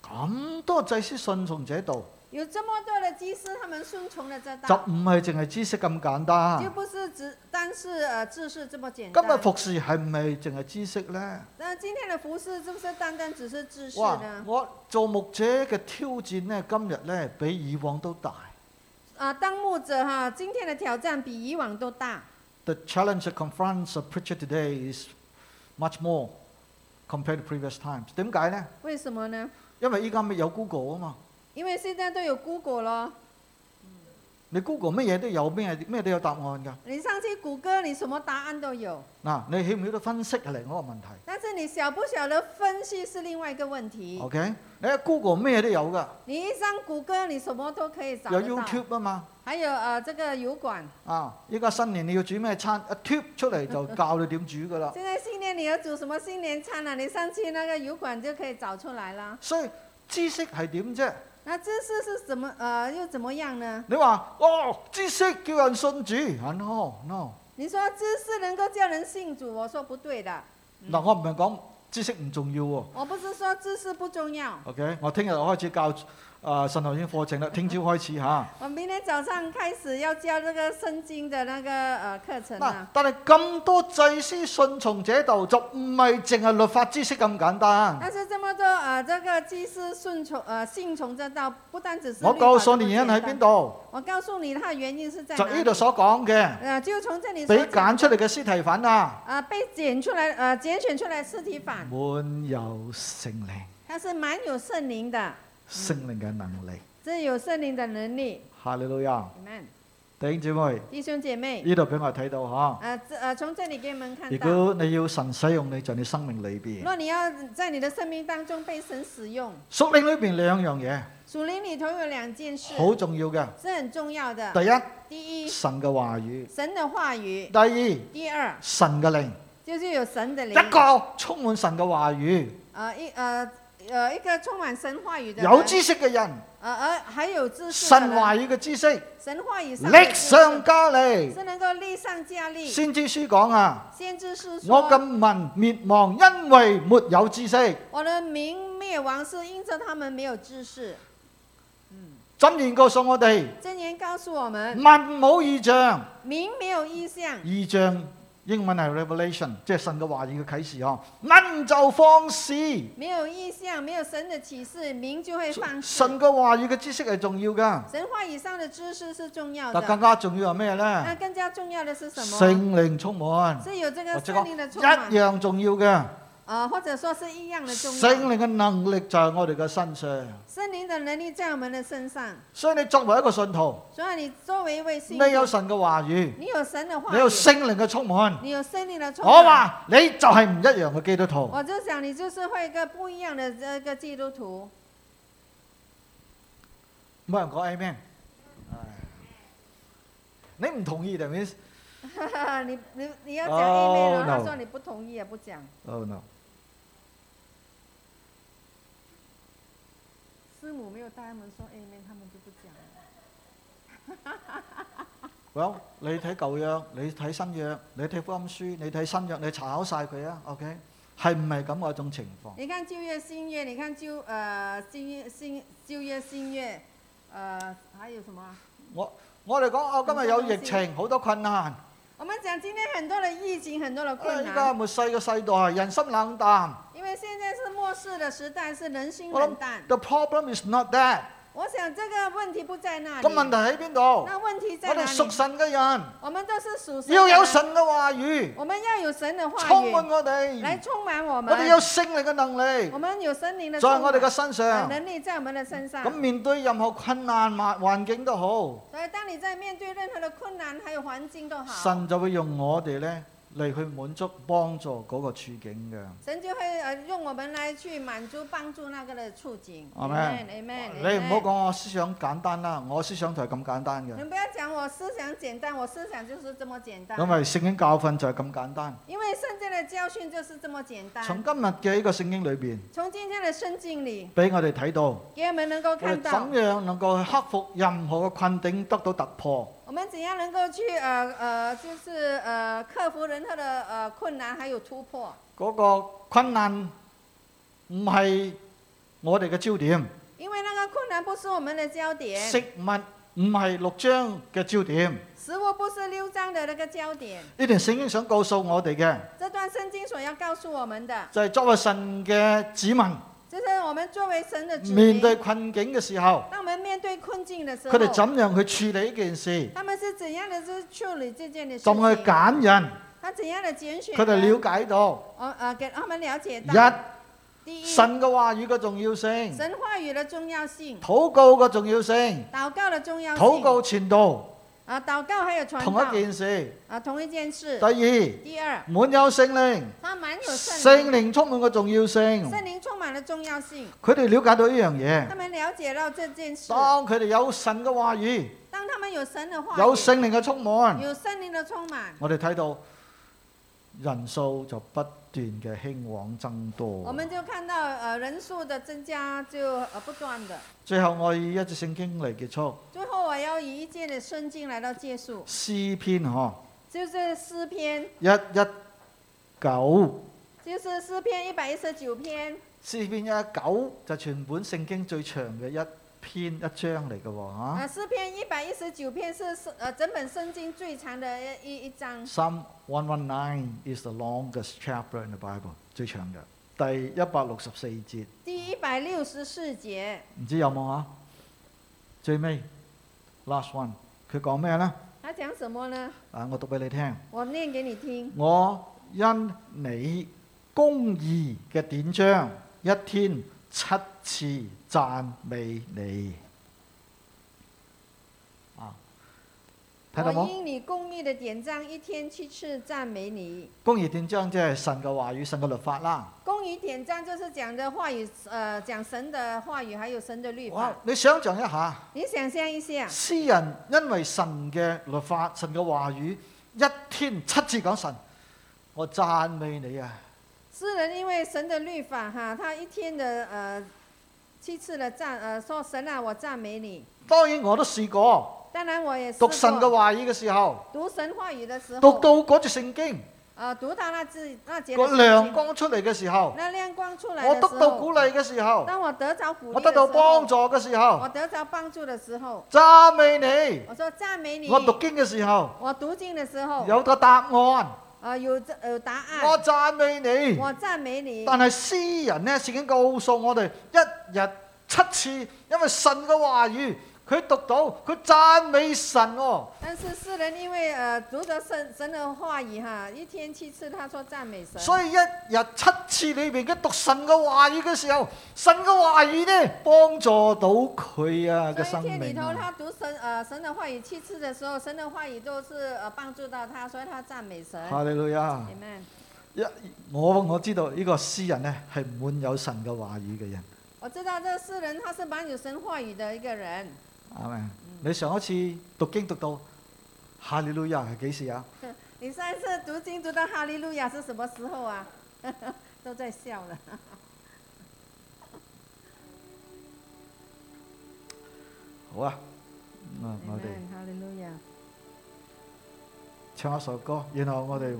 Speaker 1: 咁多祭司信從者度，
Speaker 2: 有这么多的祭司，他们顺从了这
Speaker 1: 就
Speaker 2: 道，
Speaker 1: 唔係淨係知識咁簡
Speaker 2: 就
Speaker 1: 單。
Speaker 2: 不是只单是呃知识这么简
Speaker 1: 今日
Speaker 2: 单。
Speaker 1: 服侍係咪淨係知識呢？
Speaker 2: 那今天的服饰是不是单单只是知识
Speaker 1: 哇！
Speaker 2: 呢？
Speaker 1: 我做牧者嘅挑戰呢，今日呢比以往都大。
Speaker 2: 啊，当牧者哈，今天的挑战比以往都大。
Speaker 1: The challenge that confronts a preacher today is much more compared to previous times。點解呢？
Speaker 2: 为什么呢？
Speaker 1: 因為依家咪有 Google 啊嘛，
Speaker 2: 因为现在都有 Google 咯，
Speaker 1: 你 Google 乜嘢都有，咩咩都有答案㗎。
Speaker 2: 你上去谷歌，你什么答案都有。
Speaker 1: 嗱，你曉唔曉得分析係另一個問題
Speaker 2: 但是你晓不晓得分析是另外一个问题。
Speaker 1: ？OK，你喺 Google 咩都有㗎，
Speaker 2: 你一上谷歌，你什么都可以找
Speaker 1: 有
Speaker 2: 得到。
Speaker 1: YouTube 啊嘛。
Speaker 2: 还有呃，这个油管。
Speaker 1: 啊，依家新年你要煮咩餐，一 tube 出嚟
Speaker 2: <laughs>
Speaker 1: 就教你點煮㗎啦。
Speaker 2: 现在新年你要煮什么新年餐呢、你上去那个油管就可以找出来啦。
Speaker 1: 所以知識係點啫？
Speaker 2: 那知识是怎么呃又怎么样呢？
Speaker 1: 你話哦，知識叫人信主啊？No no，
Speaker 2: 你说知识能够叫人信主，我说不對的。嗯
Speaker 1: 嗱、我唔係講知識唔重要喎、
Speaker 2: 我不是说知識不重要，
Speaker 1: OK，我聽日開始教啊、神學院課程
Speaker 2: <laughs>
Speaker 1: 啦，聽朝開始嚇。
Speaker 2: 我明天早上开始要教这个圣经的那个呃课程
Speaker 1: 嗱、
Speaker 2: 啊。
Speaker 1: 但係咁多祭司信從者度，就唔係淨係律法知識咁簡單。
Speaker 2: 但是这么多呃，这个祭司顺从呃信从这道，不单只是
Speaker 1: 我
Speaker 2: 律法
Speaker 1: 告訴
Speaker 2: 这
Speaker 1: 你
Speaker 2: 么
Speaker 1: 原因喺
Speaker 2: 简
Speaker 1: 邊
Speaker 2: 单。
Speaker 1: 度？
Speaker 2: 我告诉你，它的原因是在
Speaker 1: 就
Speaker 2: 哪
Speaker 1: 呢
Speaker 2: 里
Speaker 1: 度？所講嘅，
Speaker 2: 呃，就从这里所
Speaker 1: 俾
Speaker 2: 讲
Speaker 1: 揀出嚟嘅尸提粉啊，
Speaker 2: 呃被拣出来呃拣选出来尸体反，
Speaker 1: 滿有聖靈，
Speaker 2: 它是蛮有圣灵的，
Speaker 1: 聖靈嘅能力。
Speaker 2: 这有圣灵的能力。
Speaker 1: 哈利路亞，
Speaker 2: 你们
Speaker 1: 弟兄姊妹，
Speaker 2: 弟兄姐妹，
Speaker 1: 呢度俾我睇到嚇。
Speaker 2: 呃这呃从这里给你们看
Speaker 1: 如
Speaker 2: 到。
Speaker 1: 果你要神使用你，就你生命裏邊，
Speaker 2: 若你要在你的生命当中被神使用，
Speaker 1: 屬靈裏邊兩樣嘢
Speaker 2: 属灵里头有两件事
Speaker 1: 好重要嘅。
Speaker 2: 是很重要的。
Speaker 1: 第
Speaker 2: 第
Speaker 1: 一，
Speaker 2: 一，
Speaker 1: 神嘅話語；
Speaker 2: 神的话语；
Speaker 1: 第二，
Speaker 2: 第二，
Speaker 1: 神嘅靈。
Speaker 2: 就是有神的灵。
Speaker 1: 一個充滿神嘅話語，
Speaker 2: 呃一呃呃一个充满神话语的人
Speaker 1: 有知識嘅人，
Speaker 2: 呃而还有知识的人
Speaker 1: 神話語嘅知識，
Speaker 2: 神话语上的
Speaker 1: 力
Speaker 2: 知识
Speaker 1: 上加力。
Speaker 2: 是能够力上加力。
Speaker 1: 先知書講啊。
Speaker 2: 先知是说，
Speaker 1: 我嘅民滅亡，因為沒有知識。
Speaker 2: 我的民灭亡是因着他们没有知识。
Speaker 1: 箴言告訴我哋，
Speaker 2: 箴言告诉我们，
Speaker 1: 民冇異象，
Speaker 2: 民没有意向，
Speaker 1: 異象英文係 revelation，即係神嘅話語嘅啟示哦。民就放肆，
Speaker 2: 没有意向，没有神的启示，民就会放肆。
Speaker 1: 神嘅話語嘅知識係重要噶，
Speaker 2: 神话以上的知识是重要
Speaker 1: 但更
Speaker 2: 的，
Speaker 1: 加重要係咩
Speaker 2: 那
Speaker 1: 呢？
Speaker 2: 更加重要的是什
Speaker 1: 聖
Speaker 2: 么？
Speaker 1: 靈充滿，
Speaker 2: 是有这
Speaker 1: 或
Speaker 2: 个
Speaker 1: 者
Speaker 2: 圣
Speaker 1: 講
Speaker 2: 灵的充
Speaker 1: 一
Speaker 2: 满，
Speaker 1: 樣重要嘅。
Speaker 2: 呃，或者说是一样的重
Speaker 1: 聖
Speaker 2: 要。
Speaker 1: 靈嘅能力就係我哋嘅身上，
Speaker 2: 圣灵的能力在我们的身上，
Speaker 1: 所以你作為一個信徒，
Speaker 2: 所以你作为一位信
Speaker 1: 你
Speaker 2: 徒，
Speaker 1: 有神嘅話語，
Speaker 2: 你有神的话
Speaker 1: 你
Speaker 2: 语
Speaker 1: 有，聖靈嘅充滿，
Speaker 2: 你有圣灵的充
Speaker 1: 我
Speaker 2: 满。
Speaker 1: 話你就係唔一樣嘅基督徒。
Speaker 2: 我就想你就是会一个不一样的这个基督徒， <laughs>
Speaker 1: 冇人講 Amen。你唔同意定咩
Speaker 2: 你你你要讲
Speaker 1: Oh,
Speaker 2: A 面，然
Speaker 1: no.
Speaker 2: 后说你不同意也不讲，
Speaker 1: ？Oh no！
Speaker 2: 师母没有带他们说 A 面，他们就不讲了。
Speaker 1: Well，你睇舊約，你睇新約，你睇福音書，你睇新約，你查考晒佢啊。OK，係唔係咁嘅一種情況？
Speaker 2: 你看旧约、新约，你看旧呃新约、新旧约、新约，呃还有什么啊？
Speaker 1: 我我哋講哦，今日有疫情，好多困難。
Speaker 2: 我们讲今天很多的疫情，很多的
Speaker 1: 啊
Speaker 2: 困
Speaker 1: 依家
Speaker 2: 难，
Speaker 1: 末世嘅世代，人心冷淡。
Speaker 2: 因为现在是末世的时代，是人心
Speaker 1: 我諗
Speaker 2: 冷淡。
Speaker 1: the problem is not that。
Speaker 2: 我想这个问题不在那
Speaker 1: 個問題
Speaker 2: 里，
Speaker 1: 喺邊度？
Speaker 2: 那問題在
Speaker 1: 哦我
Speaker 2: 哪
Speaker 1: 哋
Speaker 2: 里
Speaker 1: 屬神嘅人
Speaker 2: 我们都是属神的
Speaker 1: 要有
Speaker 2: 人
Speaker 1: 神嘅話語，
Speaker 2: 我们要有神的话
Speaker 1: 充滿
Speaker 2: 语
Speaker 1: 我
Speaker 2: 来
Speaker 1: 哋。
Speaker 2: 充满我
Speaker 1: 我
Speaker 2: 们，
Speaker 1: 哋有聖靈嘅能力
Speaker 2: 我，们有神灵的
Speaker 1: 在
Speaker 2: 充
Speaker 1: 我哋嘅
Speaker 2: 满
Speaker 1: 身
Speaker 2: 呃
Speaker 1: 上。
Speaker 2: 能力在我们的身上
Speaker 1: 咁。面對任何困難環環境都好，
Speaker 2: 所以当你在面对任何的困难还有环境都好，
Speaker 1: 神就會用我哋咧嚟去滿足幫助嗰個處境嘅。
Speaker 2: 神就会呃用我们来去满足帮助那个的处境。
Speaker 1: Amen
Speaker 2: Amen，Amen，
Speaker 1: 你唔好
Speaker 2: Amen
Speaker 1: 講我思想簡單啦，我思想就係咁簡單嘅，
Speaker 2: 你不要讲我思想简單，我思想就是這麼簡單。
Speaker 1: 因為聖經教訓就係咁簡單。
Speaker 2: 因为圣经的教训就是這麼簡
Speaker 1: 從
Speaker 2: 單。
Speaker 1: 今日嘅呢個聖經裏邊，
Speaker 2: 從今天的聖經裡，
Speaker 1: 俾我哋睇到，我
Speaker 2: 給我們能夠
Speaker 1: 哋
Speaker 2: 看
Speaker 1: 怎
Speaker 2: 到，
Speaker 1: 樣能夠克服任何嘅困境，得到突破。
Speaker 2: 我們怎樣能夠去呃呃，就是呃克服人他的呃困難，還有突破。
Speaker 1: 嗰、個困難唔係我哋嘅焦點，
Speaker 2: 因為那個困難不是我們的焦點，
Speaker 1: 食物唔係六章嘅焦點。
Speaker 2: 食物不是六章的那個焦點。
Speaker 1: 呢段聖經想告訴我哋嘅，
Speaker 2: 這段聖經所要告訴我們的，
Speaker 1: 就係、作為神嘅子民，
Speaker 2: 就是我們作為神的子
Speaker 1: 面
Speaker 2: 民，
Speaker 1: 對困境嘅時候，
Speaker 2: 當我們面對困境的時
Speaker 1: 佢哋怎
Speaker 2: 候，
Speaker 1: 樣去處理呢件事？
Speaker 2: 他們是怎樣的去處理這件的事
Speaker 1: 就去
Speaker 2: 情？
Speaker 1: 揀人，
Speaker 2: 他怎樣的揀選？
Speaker 1: 佢哋了解到
Speaker 2: 哦呃，給他們了解到
Speaker 1: 一
Speaker 2: 第一，
Speaker 1: 神嘅話語嘅重要性，
Speaker 2: 神話語的重要性，
Speaker 1: 禱告嘅重要性，
Speaker 2: 禱告的重要性，
Speaker 1: 禱告前道
Speaker 2: 啊，禱告還有傳
Speaker 1: 同一
Speaker 2: 道
Speaker 1: 件事。
Speaker 2: 啊，同一件事
Speaker 1: 第。二，
Speaker 2: 第二，
Speaker 1: 滿有聖靈，
Speaker 2: 他滿有
Speaker 1: 聖
Speaker 2: 聖靈，
Speaker 1: 靈充滿嘅重要性。
Speaker 2: 聖靈充滿了重要性。
Speaker 1: 佢哋了解到呢樣嘢
Speaker 2: 他。們了解到這件事，
Speaker 1: 當佢哋有神嘅話語，
Speaker 2: 當他們有神的話語，
Speaker 1: 有聖靈嘅充滿，
Speaker 2: 有聖靈的充滿，
Speaker 1: 我哋睇到人數就不斷嘅興旺增多
Speaker 2: 我。們就看到呃人數的增加就呃不斷的。
Speaker 1: 最後我以一節聖經嚟結束
Speaker 2: 最后我要以一件的圣經來到结束，
Speaker 1: 詩篇嗬
Speaker 2: 就是詩篇，
Speaker 1: 一一九。
Speaker 2: 就是詩篇一百一十九篇。
Speaker 1: 詩篇一一九就全本聖經最長嘅一篇一章嚟嘅喎
Speaker 2: 啊，詩篇一百一十九篇是是呃整本圣经最長的一一一章。
Speaker 1: Psalm one one nine is the longest chapter in the Bible，最長嘅。第一百六十四節，
Speaker 2: 第一百六十四节，
Speaker 1: 唔知有冇啊？最尾 last one，佢講咩呢？
Speaker 2: 他講什麼呢？
Speaker 1: 啊，我讀俾你聽。
Speaker 2: 我念給你聽。
Speaker 1: 我因你公義嘅典章，一天七次讚美你。啊，睇到
Speaker 2: 我
Speaker 1: 冇？
Speaker 2: 因你公義的典章，一天七次讚美你。
Speaker 1: 公義典章即係神嘅話語、神嘅律法啦。
Speaker 2: 公義典章就是講的話語，呃，講神的話語，還有神的律
Speaker 1: 哇哦
Speaker 2: 法。！
Speaker 1: 你想象一下，
Speaker 2: 你想象一下，
Speaker 1: 詩人因為神嘅律法、神嘅話語，一天七次講神，我讚美你啊！
Speaker 2: 詩人因為神的律法哈，他一天的呃七次的讚呃說神啊，我讚美你。
Speaker 1: 當然我都試過
Speaker 2: 當然我也
Speaker 1: 讀神
Speaker 2: 試過
Speaker 1: 嘅話語嘅時候，
Speaker 2: 讀神話語的時
Speaker 1: 讀
Speaker 2: 候，
Speaker 1: 到嗰節聖經
Speaker 2: 呃讀到那字那節
Speaker 1: 個
Speaker 2: 的
Speaker 1: 亮
Speaker 2: 聖經
Speaker 1: 光出嚟嘅時候，
Speaker 2: 那亮光出來
Speaker 1: 我
Speaker 2: 的
Speaker 1: 得
Speaker 2: 時
Speaker 1: 到
Speaker 2: 候，
Speaker 1: 鼓勵嘅時候，
Speaker 2: 當我得着鼓
Speaker 1: 我
Speaker 2: 勵
Speaker 1: 得
Speaker 2: 的時
Speaker 1: 到幫
Speaker 2: 候，
Speaker 1: 助啊嘅時候
Speaker 2: 我，得着幫助的時候，
Speaker 1: 讚美你。
Speaker 2: 我說讚美你。哦
Speaker 1: 我讀經嘅時候
Speaker 2: 我讀經的時候，
Speaker 1: 有個答案，我
Speaker 2: 呃有這有答案，
Speaker 1: 讚美你。
Speaker 2: 我讚美你。
Speaker 1: 但係詩人呢，已經告訴我哋一日七次，因為神嘅話語，佢讀到佢讚美神喎、
Speaker 2: 但是世人因為呃讀得神神的話語哈，一天七次，他說讚美神。
Speaker 1: 所以一日七次裏邊，佢讀神嘅話語嘅時候，神嘅話語呢，幫助到佢啊嘅
Speaker 2: 所
Speaker 1: 生
Speaker 2: 以一天裏
Speaker 1: 命
Speaker 2: 頭，
Speaker 1: 啊、
Speaker 2: 他讀神呃神的話語七次的時候，神的話語都是呃幫助到他，所以他讚美神。
Speaker 1: 哈利路亞！
Speaker 2: Amen。
Speaker 1: 一我我知道呢個詩人呢係滿有神嘅話語嘅人，
Speaker 2: 我知道這世人他是蠻有神話語的一個人。 <laughs>
Speaker 1: 係咪？你上一次讀經讀到哈利路亞係幾時啊？
Speaker 2: 你上一次讀經讀到哈利路亞是什麼時候啊？ <laughs> 都在笑了。
Speaker 1: 好啊，咁啊我哋
Speaker 2: Amen，哈利路亞。
Speaker 1: 唱一首歌，然後我哋